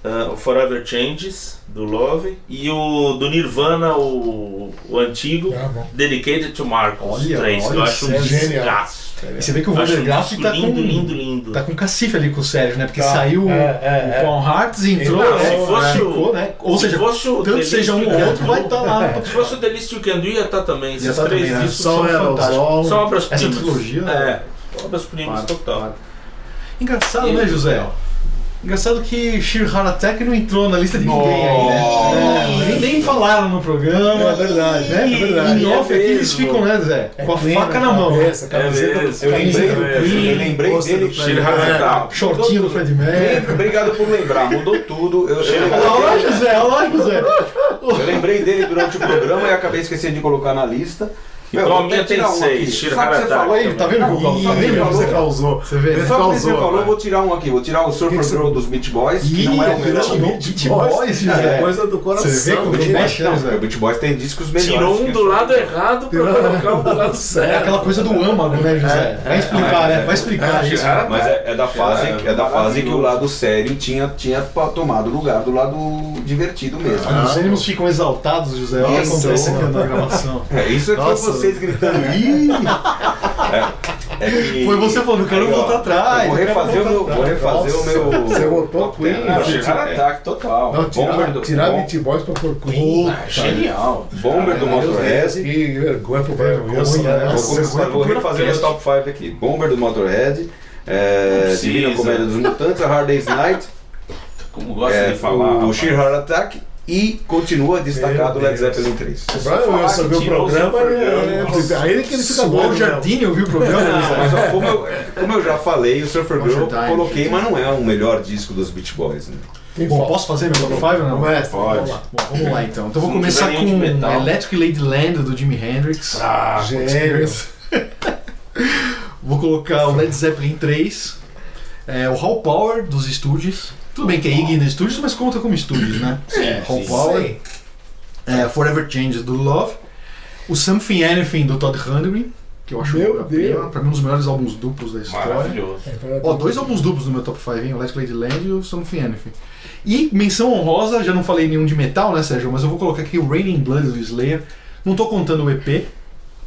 Speaker 4: ah, o Forever Changes, do Love, e o do Nirvana, o, o antigo,
Speaker 8: Ah, bom.
Speaker 4: Dedicated to Marcos
Speaker 6: Olha,
Speaker 4: 3.
Speaker 6: olha,
Speaker 4: eu acho um
Speaker 6: isso
Speaker 8: é genial.
Speaker 4: desgaste.
Speaker 6: E Você vê que o Van
Speaker 4: Acho
Speaker 6: der
Speaker 4: um
Speaker 6: Graaf
Speaker 4: disco
Speaker 6: tá com,
Speaker 4: lindo, lindo, lindo.
Speaker 6: tá com cacife ali com o Sérgio, né? Porque
Speaker 8: Tá.
Speaker 6: saiu
Speaker 8: É, é,
Speaker 6: o Paul Hearts e entrou.
Speaker 4: Não,
Speaker 6: né?
Speaker 4: se fosse o-
Speaker 6: Ficou, né? Ou
Speaker 4: se
Speaker 6: seja,
Speaker 4: fosse o
Speaker 6: tanto seja um
Speaker 4: Delírio
Speaker 6: ou outro, vai estar lá.
Speaker 4: Se fosse o Delício e o Candu ia estar também. Esses
Speaker 6: tá
Speaker 4: três
Speaker 6: também, né?
Speaker 4: discos
Speaker 6: Só
Speaker 4: são
Speaker 6: era o
Speaker 4: fantásticos.
Speaker 6: Sol,
Speaker 4: São obras-primas.
Speaker 6: essa trilogia,
Speaker 4: É, obras-primas
Speaker 6: Claro,
Speaker 4: total.
Speaker 6: claro. Engraçado,
Speaker 4: Ele-
Speaker 6: né, José? Engraçado que Sheer Heart Attack não entrou na lista de ninguém aí, né? É, nem, nem falaram no programa.
Speaker 5: É verdade, né? É verdade.
Speaker 6: Em off
Speaker 4: É
Speaker 6: aqui eles
Speaker 4: mesmo.
Speaker 6: ficam, né, Zé?
Speaker 8: É
Speaker 6: Com a
Speaker 8: clean,
Speaker 6: faca na
Speaker 8: né?
Speaker 6: mão.
Speaker 5: Cabeça, camiseta do-
Speaker 4: É Eu
Speaker 3: Lembrei
Speaker 5: camiseta
Speaker 3: do
Speaker 5: do-
Speaker 3: Queen, eu lembrei
Speaker 5: Poster
Speaker 3: dele.
Speaker 5: do Fred
Speaker 4: Sheila
Speaker 5: Mercury.
Speaker 4: Hasenthal.
Speaker 6: Shortinho do Fred
Speaker 5: É.
Speaker 3: Lembro-
Speaker 6: Mercury.
Speaker 3: Obrigado por lembrar, mudou tudo. Eu, eu lembrei-
Speaker 6: Olha lá, José, olha lá, José.
Speaker 3: eu lembrei dele durante o programa e acabei esquecendo de colocar na lista. Meu,
Speaker 4: Então a
Speaker 3: vou
Speaker 4: minha
Speaker 3: até
Speaker 4: tem
Speaker 3: tirar um
Speaker 4: seis,
Speaker 3: aqui.
Speaker 4: Sheila
Speaker 3: Sabe o que você
Speaker 4: Hasenthal.
Speaker 3: falou aí?
Speaker 6: Tá vendo como
Speaker 3: Ih,
Speaker 6: tá vendo como você
Speaker 3: falou.
Speaker 6: causou? Você vê, né?
Speaker 3: Só porque você
Speaker 6: causou.
Speaker 3: falou, eu vou tirar um aqui. Vou tirar o Surfer
Speaker 6: que que
Speaker 3: Girl dos Beach Boys, que
Speaker 6: Ih,
Speaker 3: não é o
Speaker 6: é
Speaker 3: meu.
Speaker 6: verdade,
Speaker 3: Não,
Speaker 6: Beach Boys, José.
Speaker 5: É coisa do coração.
Speaker 6: Você vê como
Speaker 5: né?
Speaker 6: que mexe, né,
Speaker 3: porque o
Speaker 6: José?
Speaker 3: Beach Boys tem discos melhores.
Speaker 4: Tirou um
Speaker 3: que
Speaker 4: do
Speaker 3: esse.
Speaker 4: lado errado pra colocar um do lado certo.
Speaker 6: É aquela coisa do âmago, né, José? Vai explicar, né? Vai explicar isso.
Speaker 4: Sheila-
Speaker 3: Mas é, é da fase, é da fase que o lado sério tinha, tinha pa- tomado lugar do lado divertido mesmo.
Speaker 6: Ah, Os ânimos ficam exaltados, José. Olha o que
Speaker 3: Isso.
Speaker 6: acontece aqui na gravação.
Speaker 3: É, isso é que foi
Speaker 6: Nossa.
Speaker 3: vocês gritando. Ih! É, é que-
Speaker 6: Foi você falando, eu quero
Speaker 3: Aí, ó,
Speaker 6: voltar atrás,
Speaker 3: eu Vou
Speaker 6: eu quero
Speaker 3: refazer o
Speaker 6: voltar
Speaker 3: meu. Vou refazer o meu.
Speaker 8: Você botou
Speaker 3: top ten.
Speaker 8: Queen,
Speaker 3: Não,
Speaker 8: você
Speaker 3: Chegar
Speaker 8: tira-
Speaker 3: ataque total.
Speaker 8: Não,
Speaker 3: Bomber do-
Speaker 8: tirar, tirar
Speaker 3: bom-
Speaker 8: Beat Boys pra pôr Queen.
Speaker 4: Ah, Genial.
Speaker 3: Bomber do Motorhead.
Speaker 8: Que vergonha pro Brian Wilson,
Speaker 6: vergonha,
Speaker 8: né?
Speaker 6: né?
Speaker 3: Vou,
Speaker 8: Nossa,
Speaker 3: começar- vou refazer
Speaker 6: tá
Speaker 3: meu top 5 aqui. Bomber do Motorhead. É,
Speaker 4: Não
Speaker 3: Divina
Speaker 4: precisa.
Speaker 3: Comédia dos Mutantes, A Hard Day's Night,
Speaker 4: Como gosta
Speaker 3: é,
Speaker 4: de falar.
Speaker 3: o Sheer Heart Attack e continua destacado Led Zeppelin 3.
Speaker 8: O Brian Wilson viu o
Speaker 4: tirou o
Speaker 8: programa
Speaker 4: Super
Speaker 8: ele- ele-
Speaker 4: Girl.
Speaker 8: aí ele que ele fica
Speaker 6: Suou
Speaker 8: doido.
Speaker 6: o
Speaker 8: né?
Speaker 6: jardim, eu vi o programa, né, José?
Speaker 3: Mas ó, como, eu, como eu já falei, o Surfer
Speaker 6: One
Speaker 3: Girl
Speaker 6: More Time,
Speaker 3: coloquei,
Speaker 6: gente.
Speaker 3: mas não é o melhor disco dos Beach Boys. Né?
Speaker 8: Quem
Speaker 6: Bom,
Speaker 8: fala?
Speaker 6: posso fazer meu top 5 ou não?
Speaker 8: Começa,
Speaker 6: Vamos
Speaker 8: vamos
Speaker 6: lá.
Speaker 8: lá.
Speaker 6: Bom, vamos lá então. Então vou
Speaker 4: Não precisa
Speaker 6: começar
Speaker 4: nem de metal.
Speaker 6: com Electric Ladyland do Jimi Hendrix.
Speaker 8: é um
Speaker 4: Ah,
Speaker 8: Gêmeos.
Speaker 6: Vou colocar o Led Zeppelin 3. é, o Hall Power dos Stooges. Tudo bem que é Iggy Studios, mas conta como Stooges, né?
Speaker 4: Sim,
Speaker 6: Hall
Speaker 4: sim.
Speaker 6: Power. é, Forever Changes do Love. O Something Anything do Todd Rundgren, que eu acho
Speaker 8: Meu
Speaker 6: uma obra-prima.
Speaker 8: Deus.
Speaker 6: pra mim um dos melhores álbuns duplos da história.
Speaker 4: maravilhoso.
Speaker 6: Ó, dois um álbuns duplos no meu top 5, hein? O Last Lady Land e o Something Anything. E menção honrosa, já não falei nenhum de metal, né, Sérgio? Mas eu vou colocar aqui o Raining Blood do Slayer. Não tô contando o EP,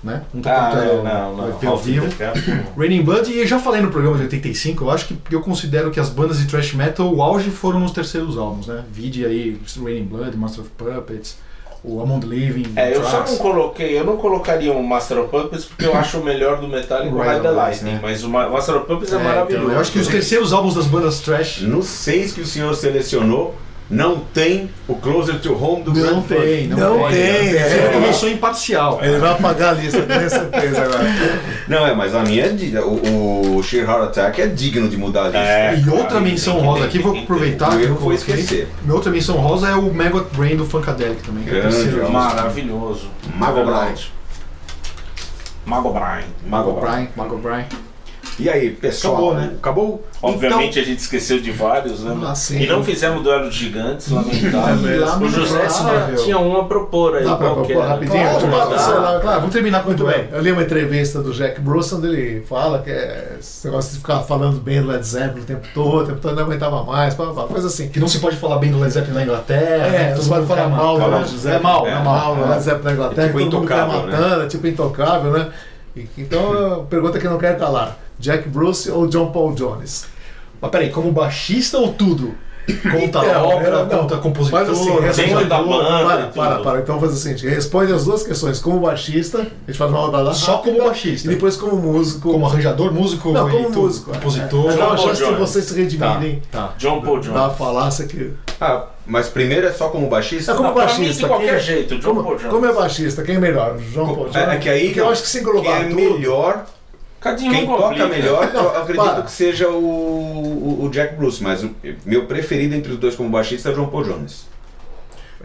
Speaker 6: né? Não tô
Speaker 4: Ah,
Speaker 6: contando o EP ao vivo.
Speaker 4: é tá
Speaker 6: Raining Blood, e eu já falei no programa de 85, eu acho que eu considero que as bandas de thrash metal, o auge foram nos terceiros álbuns, né? Vide aí Raining Blood, Master of Puppets, o Among the Living,
Speaker 4: É, eu só
Speaker 6: Thrax.
Speaker 4: não coloquei, eu não colocaria o Master of Puppets porque eu acho o melhor do Metallica o
Speaker 6: Ride
Speaker 4: Ride the
Speaker 6: the
Speaker 4: Lightning,
Speaker 6: Lightning,
Speaker 4: mas o Ma- Master of Puppets é,
Speaker 6: É,
Speaker 4: maravilhoso.
Speaker 6: então, eu acho que os terceiros álbuns das bandas thrash
Speaker 3: Nos seis que o senhor selecionou, não tem o Closer to Home do Grand
Speaker 6: não tem, não,
Speaker 8: Não
Speaker 6: tem. né?
Speaker 8: tem, é.
Speaker 6: Eu sou imparcial.
Speaker 8: Ele vai apagar a lista,
Speaker 5: né?
Speaker 8: tenho certeza agora.
Speaker 3: Não, é, mas a minha é digna. O, o Sheer Heart Attack é digno de mudar a lista.
Speaker 4: É.
Speaker 6: E outra
Speaker 4: cara,
Speaker 6: menção
Speaker 4: tem que-
Speaker 6: rosa
Speaker 4: tem
Speaker 6: aqui,
Speaker 4: que-
Speaker 6: vou
Speaker 4: tem que-
Speaker 6: aproveitar.
Speaker 3: eu
Speaker 6: que
Speaker 3: vou
Speaker 6: coloquei.
Speaker 3: esquecer.
Speaker 6: Minha outra menção rosa é o Maggot Brain do Funkadelic também, que é o
Speaker 3: Grande
Speaker 6: terceiro
Speaker 3: álbum.
Speaker 6: disco.
Speaker 4: Maravilhoso.
Speaker 3: Mago Brian.
Speaker 4: Verdade. Mago Brian.
Speaker 3: Mago Brian.
Speaker 6: Brian, Maggot Brain.
Speaker 3: E aí, pessoal?
Speaker 6: Acabou, né?
Speaker 3: Acabou?
Speaker 4: Obviamente a gente esqueceu de vários, né?
Speaker 6: Ah, sim.
Speaker 4: E não fizemos duelo dos gigantes, lamentável.
Speaker 6: Lamentável.
Speaker 4: o José tinha, tinha um a propor aí.
Speaker 8: Dá pra
Speaker 4: qual que é?
Speaker 8: propor
Speaker 4: era?
Speaker 8: rapidinho?
Speaker 4: Claro,
Speaker 8: Vamos lá,
Speaker 4: dá.
Speaker 8: sei lá.
Speaker 6: Claro, vamos terminar com
Speaker 8: Muito
Speaker 6: o
Speaker 8: bem. Eu li uma entrevista do Jack Bruce onde ele fala que é esse negócio de ficar falando bem do Led Zeppelin o tempo todo, o tempo todo não aguentava mais, pá, pá, pá, coisa assim.
Speaker 6: Que não então- se pode falar bem do Led Zeppelin na Inglaterra.
Speaker 8: É,
Speaker 6: né?
Speaker 8: os
Speaker 6: Todo
Speaker 8: caras
Speaker 6: mundo
Speaker 8: falam
Speaker 6: quer
Speaker 8: mal do
Speaker 6: matar.
Speaker 8: Led Zeppelin.
Speaker 6: É mal,
Speaker 8: é,
Speaker 6: é
Speaker 8: mal
Speaker 6: mal.
Speaker 8: do Led Zeppelin na Inglaterra,
Speaker 3: É tipo
Speaker 8: todo mundo cai
Speaker 3: intocável, né?
Speaker 8: matando, é tipo intocável, né? E- Então, pergunta que não quero calar: Jack Bruce ou John Paul Jones?
Speaker 6: Mas peraí, como baixista ou tudo? Conta a
Speaker 8: Então,
Speaker 6: Tá, obra,
Speaker 8: não, não.
Speaker 6: conta compositor.
Speaker 8: Faz assim,
Speaker 4: dentro da banda
Speaker 8: Para,
Speaker 4: e
Speaker 8: para,
Speaker 4: tudo.
Speaker 8: para. Então faz o seguinte: responde as duas questões. Como baixista, a gente faz uma rodada
Speaker 6: Só
Speaker 8: rápida,
Speaker 6: como baixista.
Speaker 8: E depois como músico.
Speaker 6: como arranjador, músico,
Speaker 8: Não, como
Speaker 6: e tudo,
Speaker 8: músico, é.
Speaker 6: compositor.
Speaker 8: Mas dá uma
Speaker 4: Paul
Speaker 8: chance de
Speaker 4: Jones.
Speaker 8: vocês se redimirem
Speaker 6: Tá.
Speaker 4: John Paul Jones.
Speaker 8: da falácia que.
Speaker 3: Ah, mas primeiro é só como baixista?
Speaker 8: É como
Speaker 4: Não, pra
Speaker 8: baixista.
Speaker 4: mim, de qualquer
Speaker 8: quem é-
Speaker 4: jeito, John
Speaker 8: como,
Speaker 4: Paul Jones.
Speaker 8: como é baixista, quem é melhor? O João Paul Jones?
Speaker 3: É, é que aí
Speaker 8: Porque eu acho que se englobar
Speaker 3: quem é
Speaker 8: tudo-
Speaker 3: melhor
Speaker 4: Cadinho
Speaker 3: Quem
Speaker 4: não
Speaker 3: toca
Speaker 4: complica.
Speaker 3: melhor, eu acredito
Speaker 8: para.
Speaker 3: que seja o, o- o Jack Bruce, mas o- meu preferido entre os dois como baixista é o John Paul Jones.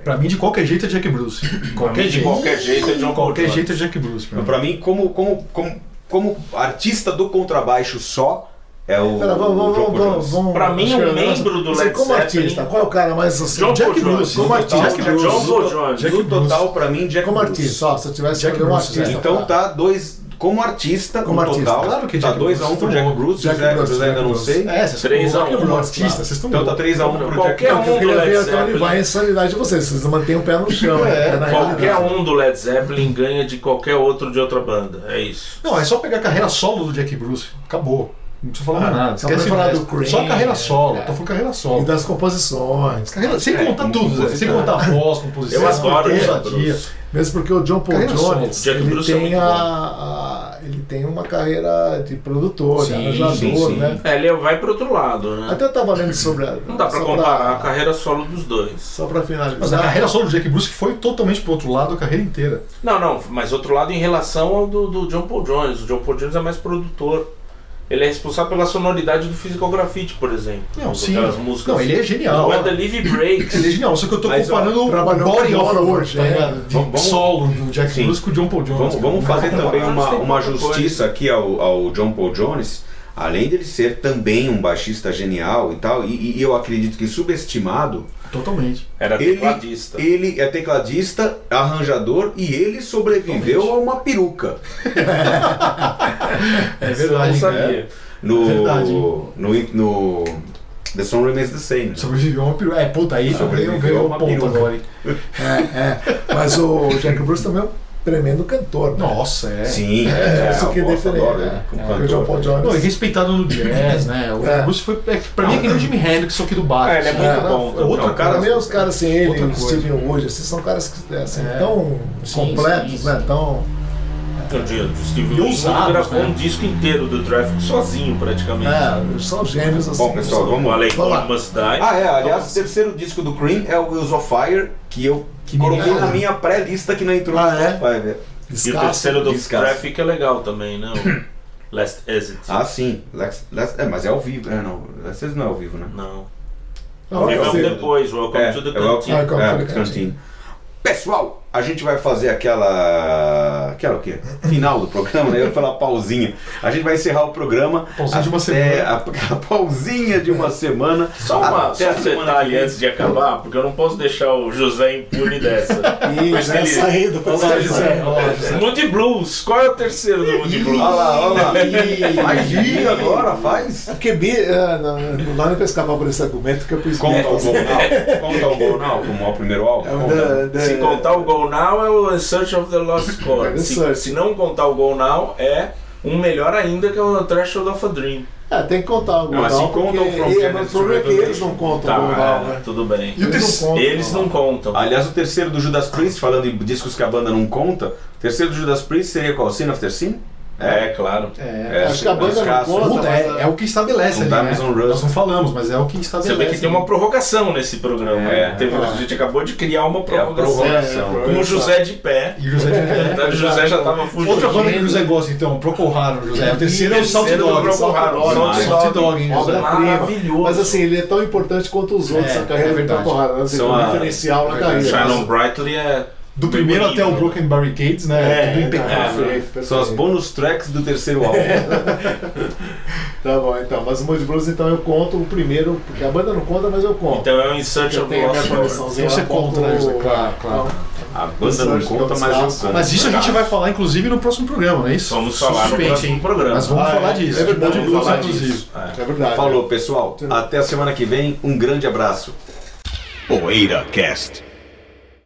Speaker 6: Pra mim, de qualquer jeito é Jack Bruce.
Speaker 4: Pra mim, de qualquer jeito é John Paul
Speaker 6: Qualquer
Speaker 4: Jones.
Speaker 6: jeito
Speaker 3: Então,
Speaker 4: Hum.
Speaker 6: é Jack Bruce. Pra
Speaker 3: Mas
Speaker 6: mim.
Speaker 3: Pra mim, como, como, como, como artista do contrabaixo só, É o.
Speaker 5: Pera, vamos, vamos,
Speaker 3: Joko
Speaker 5: vamos, vamos,
Speaker 3: Jones.
Speaker 5: vamos.
Speaker 4: Pra mim,
Speaker 5: acho
Speaker 4: um
Speaker 5: que é negócio-
Speaker 4: membro do
Speaker 5: Não sei,
Speaker 4: Led
Speaker 5: como
Speaker 4: Zeppelin-
Speaker 5: artista, qual é o cara mais assim?
Speaker 4: John
Speaker 5: Jack
Speaker 4: Paul Jones,
Speaker 5: Bruce,
Speaker 4: no
Speaker 5: como
Speaker 4: total,
Speaker 5: artista.
Speaker 4: Jack John Paul Jones.
Speaker 5: Jack
Speaker 3: No total, pra mim, Jack
Speaker 5: Como
Speaker 3: Bruce.
Speaker 5: artista, ó, se eu tivesse que
Speaker 6: Jack
Speaker 5: escolher um
Speaker 6: Bruce,
Speaker 5: artista.
Speaker 3: Então tá dois. Como artista,
Speaker 5: Como
Speaker 3: no
Speaker 5: artista,
Speaker 3: total,
Speaker 6: claro que
Speaker 3: tá
Speaker 6: Jack
Speaker 3: 2x1
Speaker 6: Bruce.
Speaker 3: pro Jack Bruce,
Speaker 5: Jack
Speaker 3: José,
Speaker 5: Bruce,
Speaker 3: José ainda
Speaker 5: Jack
Speaker 3: não
Speaker 5: Bruce.
Speaker 3: sei.
Speaker 6: É, vocês são
Speaker 4: Três a um,
Speaker 6: um
Speaker 4: vamos
Speaker 6: artista,
Speaker 5: lá.
Speaker 6: vocês estão
Speaker 3: Então tá
Speaker 6: loucos.
Speaker 3: 3x1 pro
Speaker 4: Qualquer
Speaker 3: Jack
Speaker 4: um.
Speaker 3: Bruce.
Speaker 5: Eu queria
Speaker 4: do
Speaker 5: ver
Speaker 4: Led
Speaker 5: até onde
Speaker 4: Zeppelin.
Speaker 5: vai a insanidade de vocês. Vocês mantêm o pé no chão.
Speaker 6: É,
Speaker 5: né, na
Speaker 4: Qualquer
Speaker 5: realidade.
Speaker 4: um do Led Zeppelin ganha de qualquer outro de outra banda. É isso.
Speaker 6: Não, é só pegar a carreira solo do Jack Bruce. Acabou. Não precisa
Speaker 4: Ah,
Speaker 6: falar mais nada.
Speaker 4: então
Speaker 5: só pra
Speaker 6: Esquece
Speaker 5: falar
Speaker 6: o
Speaker 5: do
Speaker 6: resto.
Speaker 5: Cream,
Speaker 6: Só carreira solo.
Speaker 5: é.
Speaker 6: Tô falando carreira solo.
Speaker 5: E das composições.
Speaker 6: Carreira- sem
Speaker 3: É,
Speaker 6: contar
Speaker 3: com-
Speaker 6: tudo, Zé. Sem
Speaker 3: com-
Speaker 6: contar voz, composição,
Speaker 4: Eu adoro
Speaker 6: roteiro,
Speaker 4: Jack Bruce.
Speaker 6: ousadia.
Speaker 5: Mesmo porque o John Paul
Speaker 6: Carreira solo.
Speaker 5: Jones,
Speaker 4: Jack
Speaker 5: ele
Speaker 4: Bruce é
Speaker 5: tem,
Speaker 4: muito
Speaker 5: a, a- ele tem uma carreira de produtor, de
Speaker 6: Sim,
Speaker 5: arranjador,
Speaker 6: sim, sim.
Speaker 5: né?
Speaker 4: É, ele vai pro outro lado, né?
Speaker 5: Até eu tava lendo sobre a,
Speaker 4: Não dá pra
Speaker 5: só
Speaker 4: comparar a carreira solo dos dois.
Speaker 5: Só pra
Speaker 6: Mas a
Speaker 5: finalizar.
Speaker 6: carreira solo do Jack Bruce foi totalmente pro outro lado a carreira inteira.
Speaker 4: Não, não, mas outro lado em relação ao do, do John Paul Jones. O John Paul Jones é mais produtor. Ele é responsável pela sonoridade do Physical Graffiti, por exemplo.
Speaker 6: Não, sim.
Speaker 4: Daquelas músicas.
Speaker 6: Não, ele é genial.
Speaker 4: Não é The Live Breaks.
Speaker 6: Ele é genial, só que eu tô
Speaker 4: Mas, ó,
Speaker 6: comparando o
Speaker 5: trabalhou
Speaker 6: Body
Speaker 5: com
Speaker 6: of
Speaker 5: Bono,
Speaker 6: Work, tá
Speaker 5: né?
Speaker 6: ligado? De
Speaker 3: Vamos-
Speaker 6: solo do Jack
Speaker 3: Sim.
Speaker 6: Bruce com o John Paul Jones.
Speaker 3: Vamos, vamos
Speaker 6: Não,
Speaker 3: fazer
Speaker 6: não,
Speaker 3: também
Speaker 4: não,
Speaker 3: uma,
Speaker 4: não,
Speaker 3: uma
Speaker 4: não, não,
Speaker 3: justiça aqui ao, ao John Paul Jones, além dele ser também um baixista genial e tal, e, e eu acredito que subestimado,
Speaker 6: Totalmente.
Speaker 5: É
Speaker 4: Era
Speaker 3: ele,
Speaker 4: tecladista.
Speaker 3: ele é tecladista, arranjador e ele sobreviveu a uma peruca.
Speaker 4: Eu
Speaker 6: É
Speaker 4: não
Speaker 6: verdade, cara.
Speaker 4: sabia.
Speaker 5: É
Speaker 3: No,
Speaker 6: Verdade.
Speaker 3: no, no The Song Remains the Same. né?
Speaker 6: Sobreviveu a uma peruca. É, puta, aí
Speaker 3: Sobreviveu
Speaker 6: sobreviveu ganhou
Speaker 3: uma
Speaker 6: uma ponto
Speaker 3: peruca.
Speaker 6: agora, hein?
Speaker 5: É, é. Mas o Jack Bruce também é um tremendo cantor. Né?
Speaker 6: Nossa, é.
Speaker 3: Sim, é.
Speaker 5: Isso que é
Speaker 3: eu gosto,
Speaker 5: diferente,
Speaker 3: adoro ele
Speaker 5: né?
Speaker 3: como
Speaker 5: É,
Speaker 3: cantor
Speaker 5: que o John Paul
Speaker 3: também.
Speaker 5: Jones-
Speaker 6: Não, e respeitado no jazz, né? O
Speaker 5: É.
Speaker 6: Bruce foi. é, Pra mim é que nem o Jimi Hendrix, só que do bar.
Speaker 4: É, ele é muito bom.
Speaker 6: É outro
Speaker 3: Não,
Speaker 5: Cara,
Speaker 6: cara.
Speaker 5: mesmo os caras assim, ele,
Speaker 6: Outra
Speaker 5: o
Speaker 6: coisa.
Speaker 5: Steven Hoje, esses são caras que assim,
Speaker 6: É.
Speaker 5: tão
Speaker 6: Sim,
Speaker 5: completos,
Speaker 6: sim,
Speaker 5: né? Tão.
Speaker 4: O dia do Então, Steve
Speaker 6: E
Speaker 4: Lee
Speaker 6: ousados,
Speaker 4: gravou
Speaker 6: né?
Speaker 4: um disco inteiro do Traffic sozinho, praticamente.
Speaker 5: É, são gêmeos assim.
Speaker 3: Bom, pessoal,
Speaker 4: Como
Speaker 3: vamos
Speaker 4: a
Speaker 3: lá.
Speaker 4: Lei
Speaker 5: Vamos lá.
Speaker 4: Must Die.
Speaker 3: Ah, é, aliás, o terceiro disco do Cream é o Wheels of Fire, que eu
Speaker 6: Que
Speaker 3: coloquei
Speaker 6: ninguém-
Speaker 3: na minha pré-lista que não entrou
Speaker 5: Ah,
Speaker 3: no
Speaker 5: é?
Speaker 3: Top five, é?
Speaker 4: E o terceiro do
Speaker 3: descasso.
Speaker 4: Traffic é legal também, né? O Last Exit.
Speaker 3: Ah, sim. Lex, Lex- é, mas é ao vivo. É, não. Lex Express não é ao vivo, né?
Speaker 4: Não.
Speaker 5: Não,
Speaker 4: Vivemos
Speaker 5: assim,
Speaker 4: depois, Welcome
Speaker 3: é,
Speaker 4: to the
Speaker 3: é o
Speaker 4: Cantina.
Speaker 5: Welcome
Speaker 3: é,
Speaker 5: to the
Speaker 3: Cantina.
Speaker 5: Cantina.
Speaker 3: Pessoal, a gente vai fazer aquela. Aquela o quê? Final do programa, né? Eu ia falar pausinha. A gente vai encerrar o programa.
Speaker 6: Pausinha de uma
Speaker 3: até
Speaker 6: semana.
Speaker 3: A, a pausinha de uma semana.
Speaker 4: Só, uma,
Speaker 3: Até
Speaker 4: só
Speaker 3: a
Speaker 4: um
Speaker 3: semana
Speaker 4: detalhe
Speaker 3: que vem.
Speaker 4: antes de acabar, porque eu não posso deixar o José impune dessa.
Speaker 5: Isso, é
Speaker 4: ele-
Speaker 5: saída pra
Speaker 4: Olha lá,
Speaker 5: sair.
Speaker 4: José. Moody Blues, qual é o terceiro do Moody Blues?
Speaker 3: Olha lá, olha lá.
Speaker 5: Ih,
Speaker 3: Faz dia agora, faz.
Speaker 5: É porque bi, é, não, não dá nem pra escapar por esse argumento que eu assim. pus
Speaker 3: Conta o
Speaker 5: metas.
Speaker 3: Gonal. Conta o Gonal como é o primeiro álbum.
Speaker 5: Né? É o
Speaker 3: Conta.
Speaker 5: da- da-
Speaker 4: Se contar o Go Now é o In Search of the Lost
Speaker 5: É
Speaker 4: Chord.
Speaker 5: o
Speaker 4: Se,
Speaker 5: Search.
Speaker 4: se não contar o Go Now é um melhor ainda que é o Threshold of a Dream.
Speaker 5: É, tem que contar o
Speaker 3: Não,
Speaker 5: Gonal,
Speaker 3: assim, conta o
Speaker 5: porque-
Speaker 3: From
Speaker 5: e-
Speaker 3: Genesis
Speaker 5: Mas o problema é que
Speaker 3: to
Speaker 5: eles não contam o Gonal,
Speaker 4: é,
Speaker 5: né?
Speaker 4: tudo bem.
Speaker 5: Eles não contam,
Speaker 4: Eles não contam.
Speaker 3: Aliás, o terceiro do Judas Priest, falando em discos que a banda não conta, o terceiro do Judas Priest seria qual? Sin After Sin?
Speaker 4: É, claro.
Speaker 6: É.
Speaker 3: É,
Speaker 5: acho que a banda não
Speaker 3: escasso.
Speaker 5: conta.
Speaker 6: Puta, é, é o que estabelece
Speaker 3: Um
Speaker 6: ali,
Speaker 3: Diamonds
Speaker 6: né?
Speaker 3: on Rust.
Speaker 6: Nós não falamos, mas é o que estabelece.
Speaker 4: Você vê que tem uma prorrogação nesse programa.
Speaker 3: É.
Speaker 4: né? Teve- a gente acabou de criar uma
Speaker 3: É a
Speaker 4: prorrogação.
Speaker 3: prorrogação.
Speaker 4: Com o José de pé.
Speaker 6: E o José de
Speaker 4: Na
Speaker 6: Pé.
Speaker 4: verdade, o José já tava fugindo.
Speaker 6: É. Outra banda que o José gosta, então, Procorraram, José. O terceiro é o Salt
Speaker 4: Terceiro do
Speaker 6: Dog.
Speaker 4: Procol Harum.
Speaker 3: Salt
Speaker 6: Salt Dog, hein, José.
Speaker 5: Obra-prima.
Speaker 4: Maravilhoso.
Speaker 5: Mas assim, ele é tão importante quanto os outros,
Speaker 6: É,
Speaker 5: a carreira
Speaker 6: é
Speaker 5: dele tá
Speaker 6: verdade. é
Speaker 5: porrada. Assim,
Speaker 3: São
Speaker 5: um
Speaker 3: a-
Speaker 5: diferencial na carreira.
Speaker 4: Shannon Brightly é.
Speaker 6: Do primeiro até o Broken Barricades, né? Tudo impecável.
Speaker 5: É, perfeito, É.
Speaker 3: São as
Speaker 5: perfeito.
Speaker 3: bonus tracks do terceiro álbum.
Speaker 5: Tá bom, então. Mas o Moody Blues, então, eu conto o primeiro, porque a banda não conta, mas eu conto.
Speaker 4: Então é o In Search
Speaker 5: eu
Speaker 4: of
Speaker 5: tenho a minha
Speaker 4: Lost World.
Speaker 5: coleçãozinha.
Speaker 6: Então você
Speaker 5: lá, conto
Speaker 6: conta, né, José? Claro, claro.
Speaker 5: Então,
Speaker 3: A banda não
Speaker 5: é um
Speaker 3: conta, mas eu conto.
Speaker 6: Mas isso a gente vai falar, inclusive, no próximo programa, não é isso?
Speaker 4: é. Vamos falar no
Speaker 6: Suspense,
Speaker 4: próximo
Speaker 6: hein?
Speaker 4: programa.
Speaker 6: Mas vamos
Speaker 5: Ah,
Speaker 6: falar
Speaker 5: é.
Speaker 6: disso.
Speaker 5: É verdade,
Speaker 6: de
Speaker 4: Vamos
Speaker 6: blues,
Speaker 4: falar
Speaker 6: inclusive.
Speaker 4: disso. É.
Speaker 5: é verdade.
Speaker 3: Falou, pessoal. Até a semana que vem. Um grande abraço.
Speaker 1: Poeira Cast.